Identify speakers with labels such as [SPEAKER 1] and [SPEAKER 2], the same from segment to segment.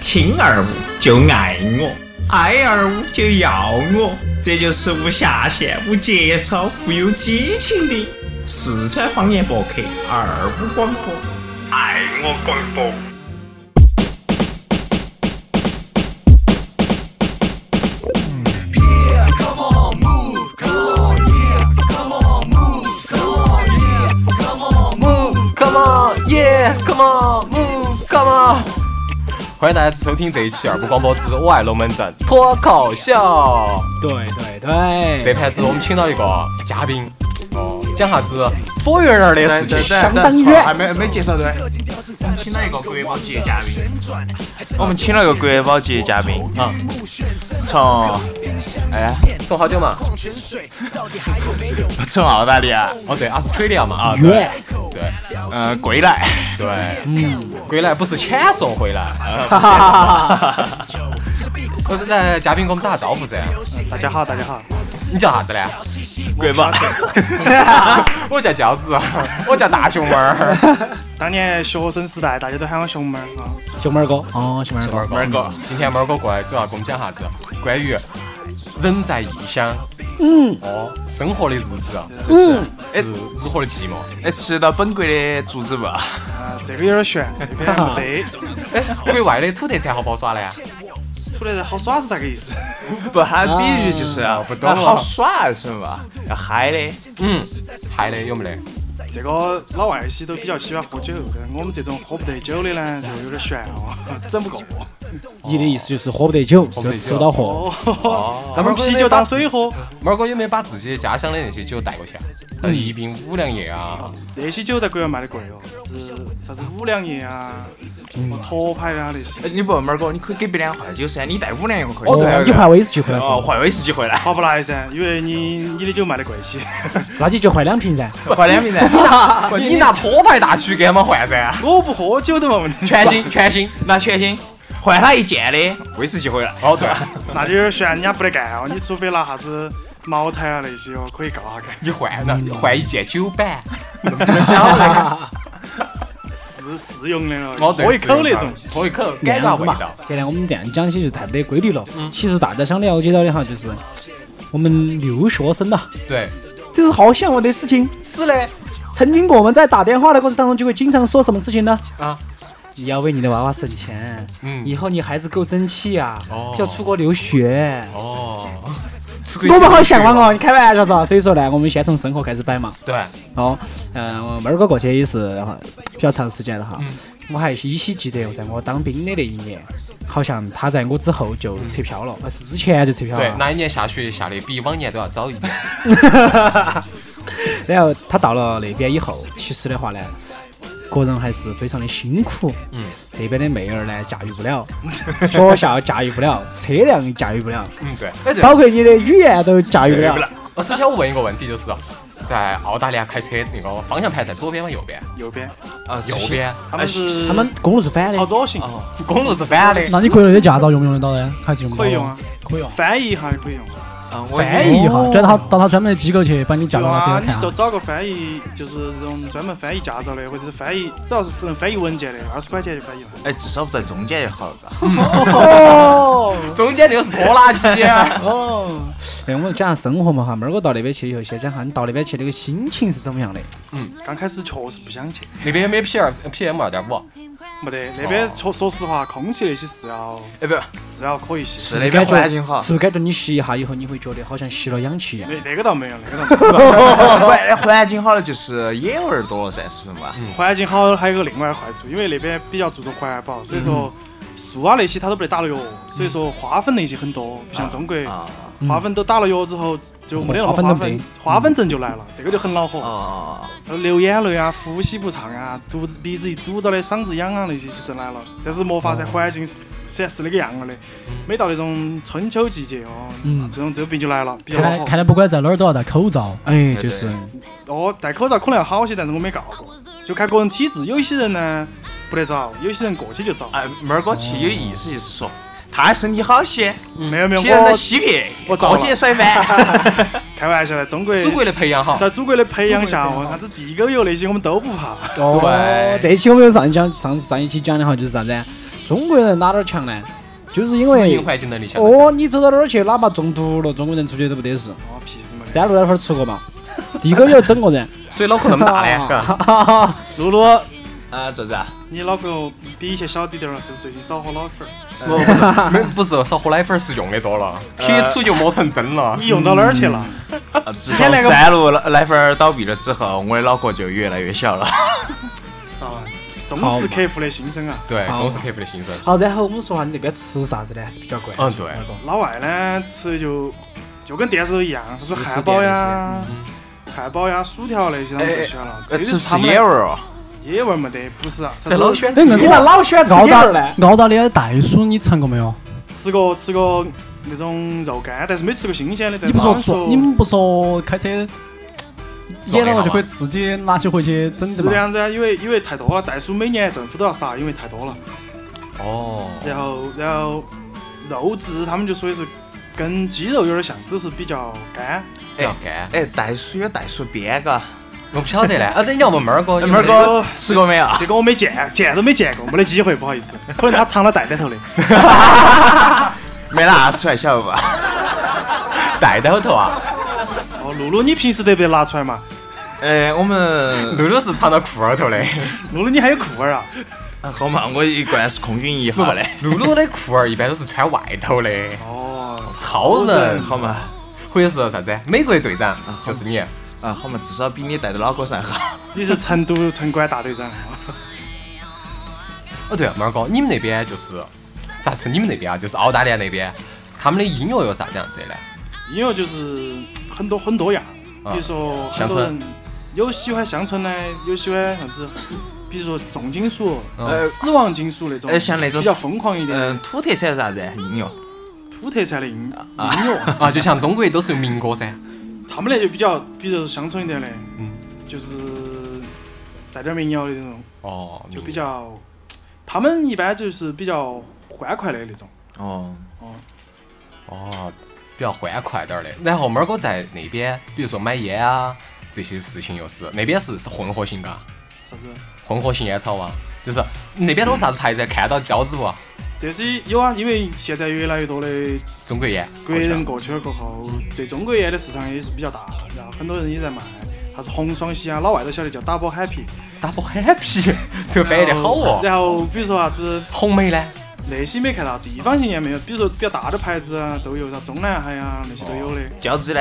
[SPEAKER 1] 亲二五就爱我，爱二五就要我，这就是无下限、无节操、富有激情的四川方言博客二五广播，爱我广播。
[SPEAKER 2] Come on, yeah, come on, move, come on。欢迎大家收听这一期二部广播之我爱龙门阵脱口秀。
[SPEAKER 3] 对对对，
[SPEAKER 2] 这盘子我们请到一个嘉宾，哦，讲啥子火源儿的事情，相当
[SPEAKER 4] 等还没没介绍对，
[SPEAKER 5] 请了一个国宝级的嘉宾，我们请了一个国宝级的嘉宾，
[SPEAKER 2] 啊，
[SPEAKER 5] 从
[SPEAKER 2] 哎，送好久嘛？
[SPEAKER 5] 从澳大利亚，
[SPEAKER 2] 哦对，Australia 嘛啊，对
[SPEAKER 3] 远
[SPEAKER 2] 对
[SPEAKER 1] 呃
[SPEAKER 5] 嗯，归 来，
[SPEAKER 2] 对，嗯，归来不是遣送回来，
[SPEAKER 3] 哈
[SPEAKER 2] 啊
[SPEAKER 3] 哈哈哈哈！
[SPEAKER 2] 我是在嘉宾给我们打个招呼噻，
[SPEAKER 4] 大家好，大家好，
[SPEAKER 2] 你叫啥子呢？
[SPEAKER 5] 国宝，
[SPEAKER 2] 我叫饺子， 我叫大熊猫儿。
[SPEAKER 4] 当年学生时代大家都喊我熊猫儿啊，
[SPEAKER 3] 熊猫儿哥，哦，熊猫儿哥，
[SPEAKER 2] 猫儿哥，今天猫儿哥过来主要给我们讲啥子？关于人在异乡，嗯，哦，生活的日子，嗯，是如何的寂寞？
[SPEAKER 5] 哎，吃到本国的竹子不？
[SPEAKER 4] 啊这个有点 悬，这个还没得，
[SPEAKER 2] 哎，国外的土特产好不好耍呢？
[SPEAKER 4] 出来好耍是啥个意思？
[SPEAKER 5] 不，他的比喻就是
[SPEAKER 1] 哦
[SPEAKER 5] 啊，
[SPEAKER 2] 不懂了
[SPEAKER 5] 好耍是吧？要嗨的，
[SPEAKER 2] 嗯，还的有没得？
[SPEAKER 4] 这个老外些都比较喜欢喝酒，但我们这种喝不得酒的呢，就有点悬哦， 整不够。
[SPEAKER 2] 啊
[SPEAKER 3] 你的意思就是喝不得酒，
[SPEAKER 2] 不得
[SPEAKER 3] 就
[SPEAKER 2] 酒
[SPEAKER 3] 吃不到货。
[SPEAKER 2] 哦
[SPEAKER 4] 哦，
[SPEAKER 2] 那么
[SPEAKER 4] 啤酒当水喝，
[SPEAKER 2] 猫儿哥有没有把自己家乡的那些酒带过去啊？像宜宾五粮液啊，
[SPEAKER 4] 这些酒在国外卖的贵哦，是啥子五粮液啊，什
[SPEAKER 2] 嗯
[SPEAKER 4] 么壳牌啊那些，
[SPEAKER 5] 哎你不，猫儿哥，你可以给别人换酒噻，你带五粮液可以。
[SPEAKER 2] 哦对
[SPEAKER 3] 你换威士忌回来
[SPEAKER 5] 哦，
[SPEAKER 3] 喝，
[SPEAKER 5] 换威士忌回来，
[SPEAKER 4] 划不来噻，因为你你的酒卖的贵些。
[SPEAKER 3] 那你就换两瓶噻。
[SPEAKER 5] 换两 瓶噻。
[SPEAKER 2] 哦你拿托牌大曲给他们 换噻，
[SPEAKER 4] 我不喝酒的嘛，问题
[SPEAKER 2] 全新全新。
[SPEAKER 5] 拿全新，换他一件的威士忌回来。
[SPEAKER 2] 哦对，
[SPEAKER 4] 那就有点悬，人家不得干哦。你除非拿啥子茅台啊那些哦，可以告下干。
[SPEAKER 2] 你换了换一件酒版，
[SPEAKER 4] 试试用的
[SPEAKER 2] 哦
[SPEAKER 4] 哦，
[SPEAKER 2] 对，
[SPEAKER 4] 喝一口那
[SPEAKER 2] 是
[SPEAKER 4] 种。，
[SPEAKER 2] 喝一口，
[SPEAKER 3] 这
[SPEAKER 2] 感
[SPEAKER 3] 样
[SPEAKER 2] 觉
[SPEAKER 3] 子
[SPEAKER 2] 味
[SPEAKER 3] 嘛
[SPEAKER 2] 道。，
[SPEAKER 3] 现在我们这样讲起就太不得规律了。其实大家想了解到的哈，就是我们留学生呐、啊
[SPEAKER 2] 对，
[SPEAKER 3] 这是好向往的事情。
[SPEAKER 2] 是嘞，
[SPEAKER 3] 曾经我们在打电话的过程当中，就会经常说什么事情呢？
[SPEAKER 2] 啊，
[SPEAKER 3] 你要为你的娃娃省钱，
[SPEAKER 2] 嗯
[SPEAKER 3] 以后你孩子够争气啊
[SPEAKER 2] 哦，
[SPEAKER 3] 要出国留学。
[SPEAKER 2] 哦，
[SPEAKER 3] 我们好向往哦，你开玩笑嗦。所以说呢，我们先从生活开始摆嘛。
[SPEAKER 2] 对，
[SPEAKER 3] 哦，嗯，我妹儿哥过去也是哈比较长时间了哈。
[SPEAKER 2] 嗯
[SPEAKER 3] 我还依稀记得，在我当兵的那一年，好像他在我之后就撤票了，还呃是之前就撤票
[SPEAKER 2] 对，
[SPEAKER 3] 了。
[SPEAKER 2] 那一年下雪下的比往年都要早一点。
[SPEAKER 3] 然后他到了那边以后，其实的话呢，个人还是非常的辛苦。
[SPEAKER 2] 嗯，
[SPEAKER 3] 那边的妹儿呢，驾驭不 了，学校驾驭不了，车辆驾驭不了，
[SPEAKER 2] 嗯，对。哎对，
[SPEAKER 3] 包括你的语言都驾驭不了。
[SPEAKER 2] 我首先我问一个问题，就是在澳大利亚开车那个方向盘在左边吗？右边？
[SPEAKER 4] 右边，
[SPEAKER 5] 啊，
[SPEAKER 2] 右边。
[SPEAKER 4] 哎他们是
[SPEAKER 3] 他们公路是反的
[SPEAKER 4] 朝，左
[SPEAKER 2] 哦
[SPEAKER 4] 行，
[SPEAKER 2] 公路是反的。
[SPEAKER 3] 那你国内的驾照用不用得到呢？还是用不到
[SPEAKER 4] 可以用啊，
[SPEAKER 3] 可以用。
[SPEAKER 4] 翻译一下就可以用。
[SPEAKER 5] 啊，我
[SPEAKER 3] 翻译一下，转到到他专门的机构去把你驾
[SPEAKER 4] 对
[SPEAKER 3] 照拿
[SPEAKER 4] 啊，
[SPEAKER 3] 给他
[SPEAKER 4] 你
[SPEAKER 3] 看
[SPEAKER 4] 就
[SPEAKER 3] 啊。
[SPEAKER 4] 找个翻译，就是这种专门翻译驾照的，或者是翻译，只要是能翻译文件的，二十块钱就翻译了。
[SPEAKER 5] 哎，至少不在中间就好了吧。
[SPEAKER 3] 哦
[SPEAKER 2] 中间那个是拖拉机啊。
[SPEAKER 3] 哦，哎，我们讲下生活嘛哈，妹儿哥到那边去以后，先讲下你到那边去那个心情是怎么样的？
[SPEAKER 4] 刚开始确实不想去，
[SPEAKER 2] 那边有没有 P 二 PM 二点五？
[SPEAKER 4] 没得那边说说实话，空气那些是要
[SPEAKER 5] 哎，不，
[SPEAKER 4] 是要可以些。
[SPEAKER 5] 是那边环境好。
[SPEAKER 3] 是不是感觉你吸一下以后，你会觉得好像吸了氧气一样？
[SPEAKER 4] 那那个倒没有，那个倒没有。
[SPEAKER 5] 环环境好了就是野味儿多了噻，是不是嘛？
[SPEAKER 4] 环境好，还有个另外的坏处，因为那边比较注重环保，所以说树啊那些它都不得打了药，所以说花粉那些很多，不像中国
[SPEAKER 5] 啊
[SPEAKER 4] 花粉都打了药之后就没得那
[SPEAKER 3] 花
[SPEAKER 4] 么
[SPEAKER 3] 粉
[SPEAKER 4] 花
[SPEAKER 3] 都
[SPEAKER 4] 粉
[SPEAKER 3] 没，
[SPEAKER 4] 花粉症就来了，这个就很恼火，
[SPEAKER 5] 哦，
[SPEAKER 4] 流眼泪啊，呼吸不畅啊，肚子鼻子一堵到的，嗓子痒啊那些就症来了。但是没法噻，环境是显然是那个样了的，每到那种春秋季节哦，
[SPEAKER 3] 嗯
[SPEAKER 4] 这种这个病就来了，比较
[SPEAKER 6] 看
[SPEAKER 4] 恼
[SPEAKER 6] 来
[SPEAKER 4] 火。
[SPEAKER 6] 看来不管在哪儿都要戴口罩。
[SPEAKER 3] 哎，就是
[SPEAKER 4] 哦，戴口罩可能要好些，但是我没告过，就看个人体质。有一些人呢不得找，有些人过去就找。
[SPEAKER 5] 哎，妹儿哥其实有意思就是说，他身体好些，
[SPEAKER 4] 没有没有，
[SPEAKER 5] 别人的
[SPEAKER 4] 我
[SPEAKER 5] 吸撇，
[SPEAKER 4] 我
[SPEAKER 5] 过
[SPEAKER 4] 找
[SPEAKER 5] 去甩翻。
[SPEAKER 4] 开玩笑的，中国
[SPEAKER 2] 祖国的培养好。
[SPEAKER 4] 在祖国的培养下，哦，啥子地沟油那些我们都不怕。
[SPEAKER 3] 哦。这一期我们上一讲上上一期讲的哈，就是啥子？中国人哪点儿强呢？就是因
[SPEAKER 2] 适
[SPEAKER 3] 为
[SPEAKER 2] 应环境能力强。
[SPEAKER 3] 哦，你走到哪儿去，哪怕中毒了，中国人出去都不得事。
[SPEAKER 4] 哦，屁事嘛！
[SPEAKER 3] 三鹿那会儿吃过嘛，地沟油整个人。
[SPEAKER 2] 所以脑壳那么大
[SPEAKER 3] 哦
[SPEAKER 2] 呢，嘎。
[SPEAKER 4] 露露，
[SPEAKER 5] 啊，咋子啊？
[SPEAKER 4] 你脑壳比以前小滴点儿了，是不是？最近少喝脑粉儿，
[SPEAKER 2] 我不是不是，少喝奶粉是用的多了，
[SPEAKER 5] 呃
[SPEAKER 2] 铁杵就磨成针了。
[SPEAKER 4] 你用到哪儿去了？
[SPEAKER 5] 啊自从三鹿奶粉儿倒闭了之后，我的脑壳就越来越小了。
[SPEAKER 4] 啊，忠实客户的心声啊！
[SPEAKER 2] 对，
[SPEAKER 5] 哦
[SPEAKER 2] 总是客户的心声。
[SPEAKER 3] 好，哦然后我们说下你那边吃啥子呢？还是比较贵。
[SPEAKER 2] 嗯，对，
[SPEAKER 4] 老外呢吃就就跟电视都一样，是汉堡呀、汉堡呀、薯条那些他们不喜欢了。
[SPEAKER 2] 哎
[SPEAKER 5] 呃
[SPEAKER 4] 就
[SPEAKER 5] 吃不
[SPEAKER 4] 是
[SPEAKER 5] 吃
[SPEAKER 4] 他
[SPEAKER 5] 野
[SPEAKER 4] 们
[SPEAKER 5] 味儿哦？
[SPEAKER 4] 野味儿没得，不是啊，
[SPEAKER 2] 在老
[SPEAKER 4] 吃
[SPEAKER 7] 哎
[SPEAKER 2] 选
[SPEAKER 3] 那你咋老喜欢吃
[SPEAKER 7] 澳
[SPEAKER 3] 鸟
[SPEAKER 7] 大
[SPEAKER 3] 儿呢？
[SPEAKER 7] 澳大利亚的袋鼠你尝过没有？
[SPEAKER 4] 吃过吃过那种肉干，但是没吃过新鲜的。
[SPEAKER 7] 你不
[SPEAKER 4] 但
[SPEAKER 7] 说
[SPEAKER 4] 是说
[SPEAKER 7] 说，你们不说开车
[SPEAKER 2] 撞
[SPEAKER 7] 捡
[SPEAKER 2] 了
[SPEAKER 7] 到
[SPEAKER 2] 嘛
[SPEAKER 7] 了就可以自己拿起回去整的
[SPEAKER 4] 是这
[SPEAKER 7] 嘛？
[SPEAKER 4] 样子啊？因为因为太多了，袋鼠每年政府都要杀，因为太多了。
[SPEAKER 2] 哦，
[SPEAKER 4] 然后然后肉质他们就说的是跟鸡肉有点像，只是比较干。
[SPEAKER 2] 哎干，
[SPEAKER 5] 哎，袋鼠有袋鼠鞭，嘎。
[SPEAKER 2] 我不晓得呢。啊，等要不猫儿
[SPEAKER 5] 妹
[SPEAKER 2] 哥，
[SPEAKER 5] 儿
[SPEAKER 2] 有没得，
[SPEAKER 5] 哥吃过没 有？
[SPEAKER 4] 这个我没见，见都没见过，没得机会，不好意思。可能他藏到袋袋头的。
[SPEAKER 5] 没拿出来，晓得吧？
[SPEAKER 2] 带到头啊。
[SPEAKER 4] 哦，露露，你平时得不得拿出来嘛？
[SPEAKER 5] 呃，我们
[SPEAKER 2] 露露是藏到裤儿头 的，
[SPEAKER 4] 露露，你还有裤儿啊？
[SPEAKER 5] 啊好嘛，我一贯是空军一号 的。
[SPEAKER 2] 露露的裤儿一般都是穿外头的。
[SPEAKER 4] 哦，
[SPEAKER 2] 超人，
[SPEAKER 5] 好嘛，
[SPEAKER 2] 或者是啥子？美国队长就是你。
[SPEAKER 5] 啊，好嘛，至少比你带到脑壳上好。
[SPEAKER 4] 你是成都城管大队长。啊
[SPEAKER 2] 哦，对了，猫儿哥，你们那边就是咋称你们那边啊？就是澳大利亚那边，他们的音乐有啥子样 子的呢？
[SPEAKER 4] 音乐就是很多很多样，
[SPEAKER 2] 啊
[SPEAKER 4] 比如说很
[SPEAKER 2] 乡
[SPEAKER 4] 多
[SPEAKER 2] 村
[SPEAKER 4] 人有喜欢乡村的，有喜欢啥子，比如说重金属、
[SPEAKER 2] 呃
[SPEAKER 4] 死亡金属那种，
[SPEAKER 5] 呃像那种
[SPEAKER 4] 比较疯狂一点的
[SPEAKER 5] 嗯，土特产是啥子？音乐。
[SPEAKER 4] 土特产的音音乐，
[SPEAKER 2] 啊，就像中国都是民歌噻。
[SPEAKER 4] 他们那就比较，比如说乡村一点的，
[SPEAKER 2] 嗯
[SPEAKER 4] 就是带点民谣的那种，
[SPEAKER 2] 哦，
[SPEAKER 4] 就
[SPEAKER 3] 嗯
[SPEAKER 4] 比较，他们一般就是比较欢快的那种。
[SPEAKER 5] 哦，
[SPEAKER 2] 哦，比较欢快点儿的。然后猫儿哥在那边，比如说买烟啊这些事情，又是那边是是混合型嘎，
[SPEAKER 4] 啥子？
[SPEAKER 2] 混合型烟草啊，就是那边都是啥子牌子？啊看到胶子不？
[SPEAKER 4] 这些有啊，因为现在越来越多的
[SPEAKER 2] 中国烟，
[SPEAKER 4] 国人过去了过后，对中国烟的市场也是比较大，然后很多人也在卖，啥子红双喜啊，老外都晓得叫 double happy。
[SPEAKER 2] 打不 happy，这个翻译的好哦。
[SPEAKER 4] 然后比如说啥子
[SPEAKER 2] 红梅呢？
[SPEAKER 4] 那些没看到，地方性也没有，比如说比较大的牌子啊都有，啥中南海啊那些都有的。
[SPEAKER 5] 胶质呢？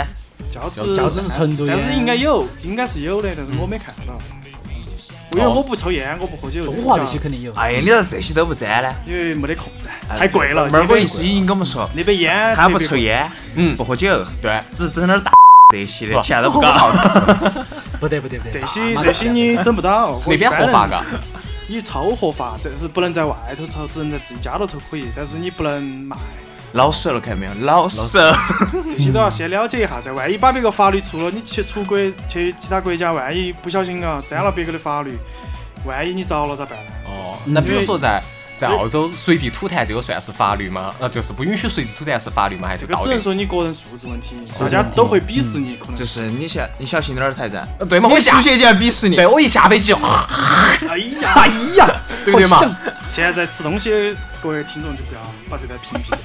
[SPEAKER 4] 胶子
[SPEAKER 3] 胶子是成都烟嗯
[SPEAKER 4] 但是应该有，应该是有的，但是我没看到。因为我不抽烟，我不喝酒，
[SPEAKER 3] 哦中华那些肯定有。
[SPEAKER 5] 哎呀，你咋这些都不沾呢？
[SPEAKER 4] 因为没得空，太贵了。
[SPEAKER 5] 妹儿哥
[SPEAKER 4] 那
[SPEAKER 5] 一
[SPEAKER 4] 边
[SPEAKER 5] 直已经跟我们说，
[SPEAKER 4] 那边烟
[SPEAKER 5] 他
[SPEAKER 4] 特
[SPEAKER 5] 不
[SPEAKER 4] 别贵，
[SPEAKER 5] 抽烟，
[SPEAKER 2] 嗯
[SPEAKER 5] 不喝酒，
[SPEAKER 2] 对，
[SPEAKER 5] 只是整点儿大这些的，
[SPEAKER 2] 不
[SPEAKER 5] 其他都不搞。
[SPEAKER 3] 不得不得不得，
[SPEAKER 4] 这
[SPEAKER 3] 大
[SPEAKER 4] 些
[SPEAKER 3] 妈
[SPEAKER 4] 这些你整不到。
[SPEAKER 2] 那边
[SPEAKER 4] 我一般
[SPEAKER 2] 合法嘎。
[SPEAKER 4] 你超合法，但是不能在外头抽，只能在自己家头抽可以，但是你不能卖，
[SPEAKER 5] 老手了，看到没有？老手。
[SPEAKER 4] 这些都要先了解一下噻。万一把别个法律出了，你去出国去其他国家，万一不小心啊沾了别个的法律，万一你遭了咋办呢？
[SPEAKER 2] 哦，那比如说在在澳洲随地吐痰，这个算是法律吗？呃，就是不允许随地吐痰是法律吗？还是
[SPEAKER 4] 这个
[SPEAKER 2] 道
[SPEAKER 4] 只能
[SPEAKER 2] 德？
[SPEAKER 4] 说你个人素质问题，大家都会鄙视你，可能
[SPEAKER 5] 就。是你小你小心点儿，台啊长。
[SPEAKER 2] 呃对嘛，我
[SPEAKER 5] 你
[SPEAKER 2] 一下
[SPEAKER 5] 出，去就要鄙视你。
[SPEAKER 2] 对我一下飞机就，
[SPEAKER 4] 哎呀，
[SPEAKER 2] 对不对嘛？
[SPEAKER 4] 现在吃东西，各位听众就不要把这个屏蔽。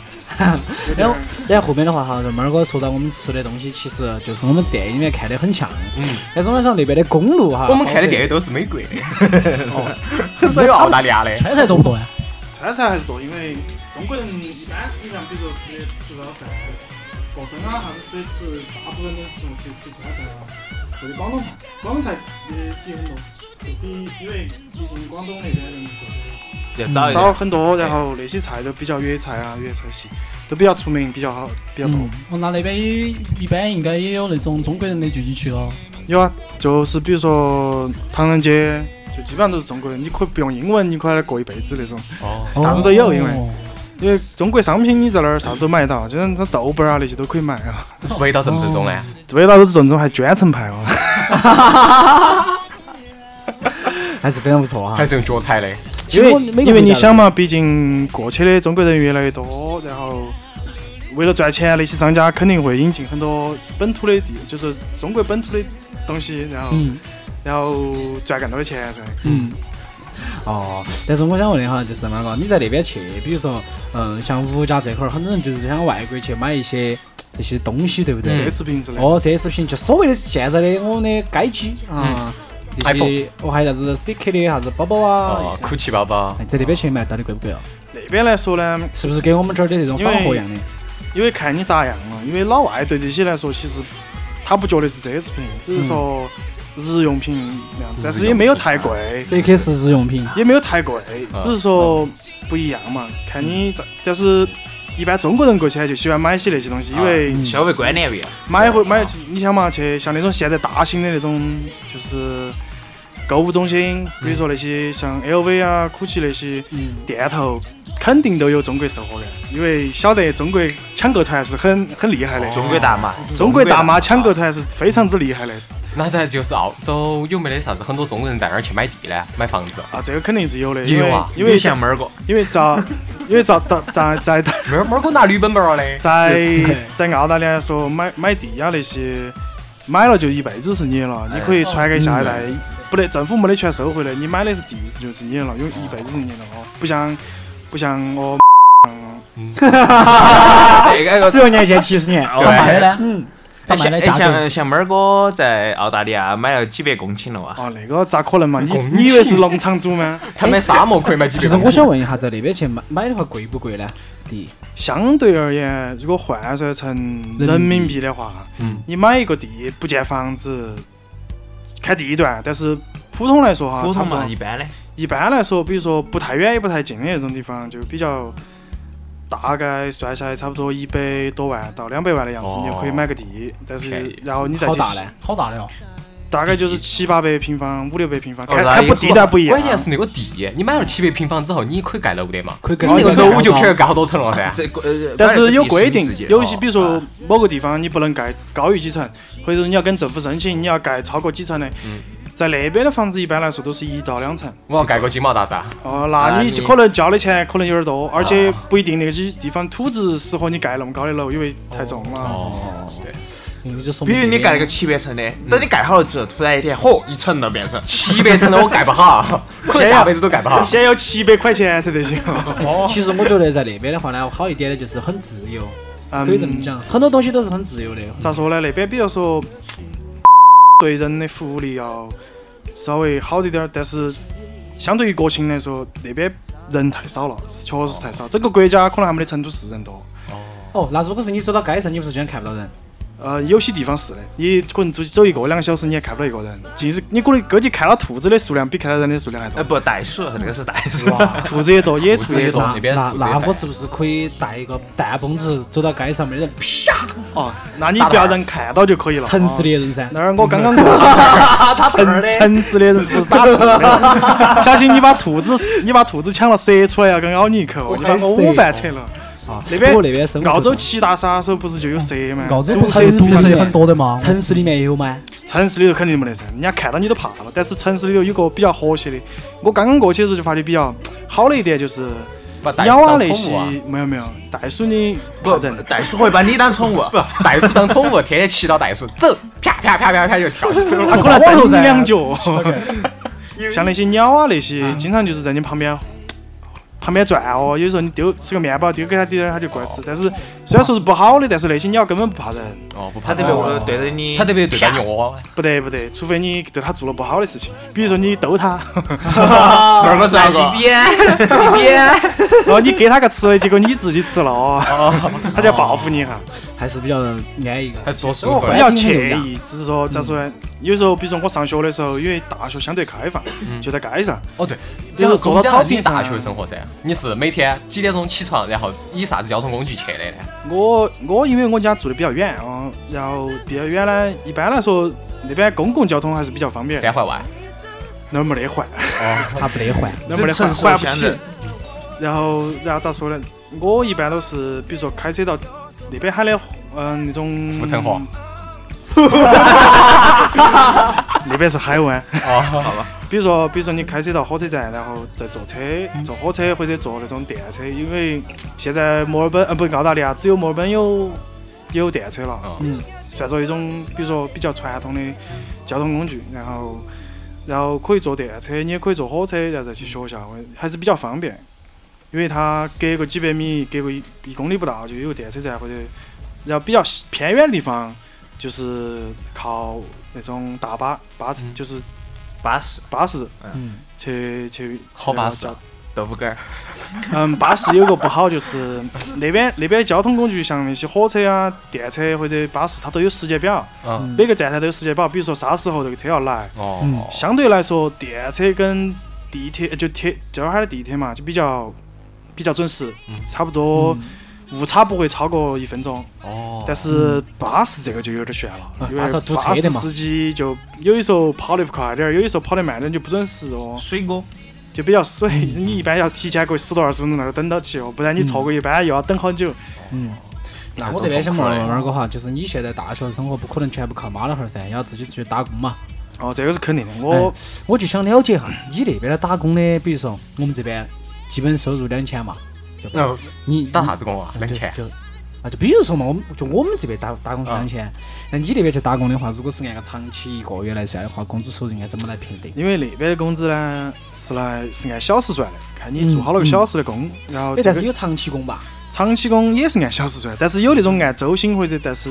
[SPEAKER 4] 有点
[SPEAKER 3] 然后
[SPEAKER 4] 儿，
[SPEAKER 3] 然后后面的话哈，这猫儿哥说到我们吃的东西，其实就是我们电影里面看的很像。
[SPEAKER 2] 嗯。
[SPEAKER 3] 但是我跟你说，那边的公路哈，
[SPEAKER 2] 我们看的电
[SPEAKER 3] 影
[SPEAKER 2] 影都是美国的，哦 没有澳大利亚的。
[SPEAKER 7] 川菜多不多呀？
[SPEAKER 4] 川菜还是多，因为中国人一般，你像比如说直接吃到饭，过生啊啥子，所以吃大部分的时候去吃川菜啊，或者广东菜，广东菜呃也也很多，就是因为毕竟广东那边呃人过去。
[SPEAKER 5] 要找一
[SPEAKER 4] 找
[SPEAKER 5] 点。
[SPEAKER 4] 很多，然后那些菜都比较粤菜啊、粤菜系都比较出名，比较好，比较多。
[SPEAKER 7] 嗯，我那那边也一般应该也有那种中国人的聚集区哦。
[SPEAKER 4] 有啊，就是比如说唐人街，就基本上都是中国人，你可以不用英文，你可以过一辈子那种。
[SPEAKER 2] 哦，
[SPEAKER 4] 啥子都有因为
[SPEAKER 7] 哦
[SPEAKER 4] 因为中国商品你在那儿啥子都买得到，就像这豆瓣儿啊那些都可以买啊。
[SPEAKER 2] 味道正不正宗呢？
[SPEAKER 4] 味道都是正宗，还专程拍哦。
[SPEAKER 3] 还是非常不错啊哈
[SPEAKER 2] 还。是用脚踩的？
[SPEAKER 3] 其
[SPEAKER 4] 因
[SPEAKER 3] 实
[SPEAKER 4] 为
[SPEAKER 3] 我每个
[SPEAKER 4] 因为
[SPEAKER 3] 国
[SPEAKER 4] 你
[SPEAKER 3] 家
[SPEAKER 4] 想嘛，毕竟过去的中国人越来越多，然后为了赚钱，那些商家肯定会引进很多本土的地，就是中国本土的东西，然后、
[SPEAKER 7] 嗯
[SPEAKER 4] 然后赚更多的钱噻。
[SPEAKER 7] 嗯，
[SPEAKER 3] 哦，但是我想问的哈，就是那个你在那边去，比如说，嗯，像物价这块儿，很多人就是想外国去买一些这些东西，对不对？
[SPEAKER 4] 奢侈品之类的。
[SPEAKER 3] 哦，奢侈品就所谓的现在的我们的街机啊，这些
[SPEAKER 2] iPhone
[SPEAKER 3] 哦，还有啥子 CK 的啥子包包啊
[SPEAKER 2] 哦，，酷奇包包，
[SPEAKER 3] 哎在那边去买到底贵不贵哦？
[SPEAKER 4] 那边来说呢，
[SPEAKER 3] 是不是跟我们这儿的这种
[SPEAKER 4] 因为
[SPEAKER 3] 仿货一样的？
[SPEAKER 4] 因为看你咋样了，因为老外对这些来说，其实他不觉得是奢侈品，只是
[SPEAKER 3] 嗯
[SPEAKER 4] 说日用品那样子，但是也没有
[SPEAKER 3] 啊
[SPEAKER 4] 太贵，
[SPEAKER 3] CK 是日用品，
[SPEAKER 4] 也没有太贵，
[SPEAKER 2] 啊
[SPEAKER 4] 只是说不一样嘛，看你咋。但是一般中国人过去就喜欢买些那些东西，因为
[SPEAKER 3] 嗯
[SPEAKER 5] 消费观念不一样。
[SPEAKER 4] 买回买，你想嘛，去像那种现在大型的那种就是。购物中心，比如说那些像 LV 啊、GUCCI 那些
[SPEAKER 3] 嗯
[SPEAKER 4] 店头，肯定都有中国售货员，因为晓得中国抢购团是很很厉害的。
[SPEAKER 5] 中国大妈，
[SPEAKER 4] 哦中国大妈抢购团是非常之厉害的
[SPEAKER 2] 那在就是澳洲有没得啥子很多中国人在那儿去买地呢，买房子？
[SPEAKER 4] 啊，这个肯定是有的，因
[SPEAKER 2] 也有
[SPEAKER 4] 为
[SPEAKER 2] 啊
[SPEAKER 4] 因为
[SPEAKER 5] 像猫儿哥，
[SPEAKER 4] 因为咋因为咋咋咋在在
[SPEAKER 2] 猫儿猫儿哥拿绿本本
[SPEAKER 5] 啊
[SPEAKER 2] 儿了 的，
[SPEAKER 4] 在在澳大利亚说买买地啊那些，买了就一辈子是你的了，你可以传给下一代，不得政府没得权收回来，你买的是地就是你的了，有一辈子是你的了哦，不像不像我
[SPEAKER 5] 哎这个
[SPEAKER 3] 十六年前七十年，
[SPEAKER 5] 对
[SPEAKER 8] 咋卖的呢？
[SPEAKER 3] 嗯，
[SPEAKER 8] 咋卖的
[SPEAKER 5] 哎
[SPEAKER 8] 价格？
[SPEAKER 5] 像像猫儿哥在澳大利亚买了几百公顷了啊，
[SPEAKER 4] 哦那个咋可能嘛？你
[SPEAKER 2] 公平
[SPEAKER 4] 你以为是农场主吗？
[SPEAKER 2] 他买沙漠可以买几
[SPEAKER 3] 哎就
[SPEAKER 2] 百
[SPEAKER 3] 是
[SPEAKER 2] 万。
[SPEAKER 3] 我想问一下，在那边去买买的话贵不贵呢？第一，
[SPEAKER 4] 相对而言，如果换算成人民币的话，
[SPEAKER 2] 嗯
[SPEAKER 4] 你买一个地不建房子，看地段，但是普通来说哈，
[SPEAKER 5] 普通
[SPEAKER 4] 啊差
[SPEAKER 5] 嘛，
[SPEAKER 4] 不多
[SPEAKER 5] 一般的。
[SPEAKER 4] 一般来说，比如说不太远也不太近的那种地方，就比较大概算下来差不多一百多万到两百万的样子，
[SPEAKER 2] 哦
[SPEAKER 4] 你就可以买个地。但
[SPEAKER 2] 便
[SPEAKER 4] 是
[SPEAKER 2] 宜
[SPEAKER 4] 然后哦你再
[SPEAKER 3] 好
[SPEAKER 4] 去
[SPEAKER 3] 大呢？
[SPEAKER 8] 好大的哦，
[SPEAKER 4] 大概就是七八百平方、五六百平方，
[SPEAKER 5] 哦
[SPEAKER 4] 看
[SPEAKER 5] 那
[SPEAKER 4] 看
[SPEAKER 5] 也
[SPEAKER 4] 哎不
[SPEAKER 5] 好
[SPEAKER 4] 地段不一样啊
[SPEAKER 2] 关。键是那个地，你买了七百平方之后，你可以盖楼的嘛？哦
[SPEAKER 3] 可以跟
[SPEAKER 2] 你那个
[SPEAKER 3] 人家
[SPEAKER 2] 楼就
[SPEAKER 3] 买
[SPEAKER 2] 可以盖好多层了噻。
[SPEAKER 5] 这个呃
[SPEAKER 4] 但是有规
[SPEAKER 5] 把这个地
[SPEAKER 4] 定
[SPEAKER 5] 形直，接
[SPEAKER 4] 有一些
[SPEAKER 5] 哦
[SPEAKER 4] 比如说某个地方你不能盖高于几层，或者说你要跟政府申请，你要盖超过几层的。在那边的房子一般来说都是一到两层，
[SPEAKER 2] 我要盖个金茂大厦，
[SPEAKER 4] 哦，
[SPEAKER 5] 啊
[SPEAKER 4] 那你
[SPEAKER 5] 你
[SPEAKER 4] 可能交的钱可能有点多，而且
[SPEAKER 3] 啊
[SPEAKER 4] 不一定那个地方土质适合你盖那么高的楼，因为太重了。啊
[SPEAKER 2] 哦，对，
[SPEAKER 3] 因为就说
[SPEAKER 5] 比
[SPEAKER 3] 明
[SPEAKER 5] 如你盖了个
[SPEAKER 3] 这
[SPEAKER 5] 七百层的，等你盖好了之后，突然一天，嚯，一层都变成
[SPEAKER 2] 七百层的我盖不 好，可能下辈子都盖不好。
[SPEAKER 4] 先要七百块钱才得行。
[SPEAKER 3] 个其实我觉得在那边的话呢，好一点的就是很自由，
[SPEAKER 4] 嗯
[SPEAKER 3] 可以这么讲，很多东西都是很自由的。
[SPEAKER 4] 咋说呢？那边比如说对人的福利要稍微好一点儿，但是相对于国情来说，那边人太少了，确实太少。整个国家可能还没得成都市人多。
[SPEAKER 3] 哦，那如果是你走到街上，你不是居然看不到人？
[SPEAKER 4] 呃，有些地方是的，你可能走走一个两个小时，你也看不到一个人。其实你可能估计看到兔子的数量比看到人的数量还
[SPEAKER 5] 呃
[SPEAKER 4] 多。
[SPEAKER 5] 不袋鼠，那个是袋鼠。
[SPEAKER 4] 兔子也多，野兔
[SPEAKER 2] 对
[SPEAKER 4] 也多
[SPEAKER 2] 兔子。也多那边
[SPEAKER 3] 那
[SPEAKER 2] 兔子也
[SPEAKER 3] 那
[SPEAKER 2] 大
[SPEAKER 3] 我是不是可以带一个弹蹦子走到街上，没人啪，
[SPEAKER 4] 哦，那你不要让看到就可以了。哦
[SPEAKER 3] 城市猎人噻？
[SPEAKER 4] 那儿我刚刚过去，城城市的人是打兔的，小心你把兔子，你把兔子抢了射出来要跟咬你一口，你把我午饭撤了。
[SPEAKER 3] 啊，
[SPEAKER 4] 那边
[SPEAKER 3] 不过那边生活
[SPEAKER 4] 澳洲
[SPEAKER 3] 就
[SPEAKER 4] 七大杀手不是就有蛇
[SPEAKER 3] 嗯
[SPEAKER 4] 吗？
[SPEAKER 8] 澳洲
[SPEAKER 4] 毒
[SPEAKER 8] 不是有
[SPEAKER 4] 蛇
[SPEAKER 8] 毒蛇
[SPEAKER 3] 蛇
[SPEAKER 8] 很多的吗？
[SPEAKER 3] 城市里面也有吗？
[SPEAKER 4] 城市里头肯定没得噻，人家看到你都怕了。但是城市里头有个比较和谐的，我刚刚过去的时候就发觉比较好的一点就是
[SPEAKER 2] 把袋
[SPEAKER 4] 鸟
[SPEAKER 2] 鼠
[SPEAKER 4] 啊
[SPEAKER 2] 当
[SPEAKER 4] 那
[SPEAKER 2] 宠物啊，
[SPEAKER 4] 些没有没有，袋鼠你
[SPEAKER 5] 不
[SPEAKER 4] 怕，人，
[SPEAKER 5] 袋鼠会把你当宠物。
[SPEAKER 2] 不，袋鼠当宠物，天天骑到袋鼠走，啪啪啪啪啪就跳 起
[SPEAKER 4] 它
[SPEAKER 2] 来
[SPEAKER 4] 可
[SPEAKER 2] 了。
[SPEAKER 4] 能蹬你两 脚。像那些鸟啊那些，经常就是在你旁边旁边转哦，有时候你丢吃个面包丢给它点儿，它就过来吃。但是虽然说是不好的，但是那些鸟根本不怕人，
[SPEAKER 2] 哦，不
[SPEAKER 5] 它
[SPEAKER 2] 怕
[SPEAKER 5] 特别会对着你，
[SPEAKER 2] 他特别对待 我，
[SPEAKER 4] 不得不得，除非你对它做了不好的事情，比如说你逗 它，
[SPEAKER 5] 二个转 个，
[SPEAKER 4] 然哦后你给它个吃的，结果你自己吃了哦，它就要报复你一下。
[SPEAKER 2] 嗯
[SPEAKER 3] 还是比较安逸的。
[SPEAKER 2] 还是多舒
[SPEAKER 4] 生活
[SPEAKER 2] 服
[SPEAKER 4] 比
[SPEAKER 3] 环
[SPEAKER 2] 的。
[SPEAKER 4] 较
[SPEAKER 3] 境很
[SPEAKER 4] 惬
[SPEAKER 3] 有
[SPEAKER 4] 意，只是说咋说呢？有时候，比如说我上学的时候，因为大学相对开放，就在街上。
[SPEAKER 2] 哦，对，
[SPEAKER 4] 就
[SPEAKER 2] 讲到
[SPEAKER 4] 是走到
[SPEAKER 2] 中
[SPEAKER 4] 草
[SPEAKER 2] 间你
[SPEAKER 4] 坪上
[SPEAKER 2] 大学生活噻，你是每天几点钟起床，然后以啥子交通工具去的呢？
[SPEAKER 4] 我我因为我家住的比较远哦，然后比较远呢，一般来说那边公共交通还是比较方便，
[SPEAKER 2] 三环外。
[SPEAKER 4] 那儿没得换，
[SPEAKER 3] 他不得换，
[SPEAKER 4] 那儿没得换，
[SPEAKER 5] 城市
[SPEAKER 4] 换不
[SPEAKER 5] 相
[SPEAKER 4] 起
[SPEAKER 5] 对。
[SPEAKER 4] 然后然后咋说呢？我一般都是比如说开车到那边喊的，嗯、那种
[SPEAKER 2] 阜成河，
[SPEAKER 4] 那边是海湾。
[SPEAKER 2] 哦，好吧。
[SPEAKER 4] 比如说，比如说你开车到火车站，然后再坐车，坐火车或者坐那种电车，因为现在墨尔本呃不澳大利亚只有墨尔本有有电车了
[SPEAKER 2] 哦，
[SPEAKER 4] 算作一种比如说比较传统的交通工具。然后然后可以坐电车，你也可以坐火车，然后再去学校，还是比较方便。因为它隔个几百米，隔个一一公里不到就有个电车站，或者然后比较西偏远的地方，就是靠那种大巴巴士，
[SPEAKER 2] 嗯
[SPEAKER 4] 就是
[SPEAKER 5] 巴适，
[SPEAKER 4] 巴士
[SPEAKER 3] 嗯，
[SPEAKER 4] 去去。
[SPEAKER 2] 好巴适
[SPEAKER 4] 叫
[SPEAKER 2] 啊
[SPEAKER 5] 豆腐干儿，
[SPEAKER 4] 嗯，巴士有个不好就是那边那边交通工具，像那些火车啊、电车或者巴士，它都有时间表，
[SPEAKER 2] 嗯，
[SPEAKER 4] 每个站台都有时间表。比如说啥时候这个车要来，
[SPEAKER 2] 哦，
[SPEAKER 4] 相对来说，电车跟地铁呃就铁这哈儿的地铁嘛，就比较比较准时，
[SPEAKER 2] 嗯
[SPEAKER 4] 差不多
[SPEAKER 3] 嗯
[SPEAKER 4] 误差不会超过一分钟。
[SPEAKER 2] 哦，
[SPEAKER 4] 但是巴士这个就有点悬了，
[SPEAKER 3] 啊
[SPEAKER 4] 因
[SPEAKER 3] 巴
[SPEAKER 4] 为
[SPEAKER 3] 士堵车
[SPEAKER 4] 巴士
[SPEAKER 3] 的嘛
[SPEAKER 4] 司机就有的时候跑得快点儿，有的时候跑得慢点儿就不准时哦。
[SPEAKER 3] 嗯
[SPEAKER 5] 水果，
[SPEAKER 4] 就比较水，你一般要提前个十多二十分钟那个等到起哦，不然你错过一班又要等好久。
[SPEAKER 3] 嗯，
[SPEAKER 4] 哎
[SPEAKER 3] 那我这边想问问二哥哈，就是你现在大学生活不可能全部靠妈老汉儿噻，要自己出去打工嘛。
[SPEAKER 4] 哦，这个是肯定的。我
[SPEAKER 3] 哎我就想了解一下你那边的打工的，比如说我们这边基本收入两千嘛，对吧？
[SPEAKER 2] 那
[SPEAKER 3] 你
[SPEAKER 2] 打啥子工啊？
[SPEAKER 3] 你
[SPEAKER 2] 两千
[SPEAKER 3] 就就啊，就比如说嘛，我们就我们这边打打工是
[SPEAKER 2] 啊
[SPEAKER 3] 两千，那你那边去打工的话，如果是按个长期一个月来算的话，工资收入应该怎么来评定？
[SPEAKER 4] 因为那边的工资呢是来是按小时算的，看你做好了个小时的工，然后
[SPEAKER 3] 哎，
[SPEAKER 4] 哦这
[SPEAKER 3] 嗯但是
[SPEAKER 4] 个
[SPEAKER 3] 有长期工吧？
[SPEAKER 4] 长期工也是按小时算，但是有那种按周薪或者但是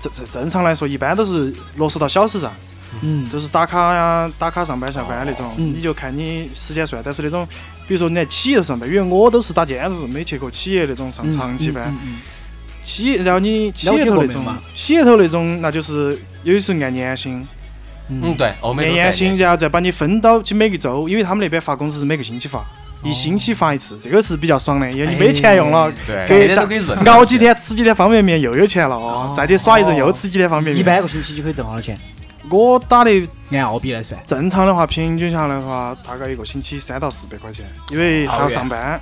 [SPEAKER 4] 正正正常来说一般都是落实到小时上，
[SPEAKER 3] 嗯，
[SPEAKER 4] 就是打卡呀、打卡上班下班那种，
[SPEAKER 3] 嗯
[SPEAKER 4] 你就看你时间算。但是那种比如说你在企业上班，因为我都是打兼职，没去过企业那种上
[SPEAKER 3] 嗯
[SPEAKER 4] 长期班。
[SPEAKER 3] 嗯嗯嗯
[SPEAKER 4] 企业，然后你企
[SPEAKER 3] 了
[SPEAKER 4] 业
[SPEAKER 3] 解
[SPEAKER 4] 头
[SPEAKER 3] 过
[SPEAKER 4] 那
[SPEAKER 3] 没有
[SPEAKER 4] 种
[SPEAKER 3] 嘛，
[SPEAKER 4] 企业头那种，那就是有的时候按年薪，
[SPEAKER 2] 嗯，对，我们
[SPEAKER 4] 按
[SPEAKER 2] 都
[SPEAKER 4] 年薪，
[SPEAKER 2] 是
[SPEAKER 4] 然后再把你分到去每个周，因为他们那边发工资是每个星期发，
[SPEAKER 2] 哦
[SPEAKER 4] 一星期发一次，这个是比较爽
[SPEAKER 2] 哎
[SPEAKER 4] 的，因为你没钱用了，
[SPEAKER 2] 对，
[SPEAKER 4] 给
[SPEAKER 2] 每天都给润。
[SPEAKER 4] 熬几，天吃几天方便面又有钱了哦
[SPEAKER 3] 哦，
[SPEAKER 4] 再去耍一顿又吃几天方便
[SPEAKER 3] 哎一
[SPEAKER 4] 面。
[SPEAKER 3] 般一个星期就可以挣多少钱？
[SPEAKER 4] 我打的
[SPEAKER 3] 按澳币来算，
[SPEAKER 4] 正常的话，平均下来的话，大概一个星期三到四百块钱，因为还要上班，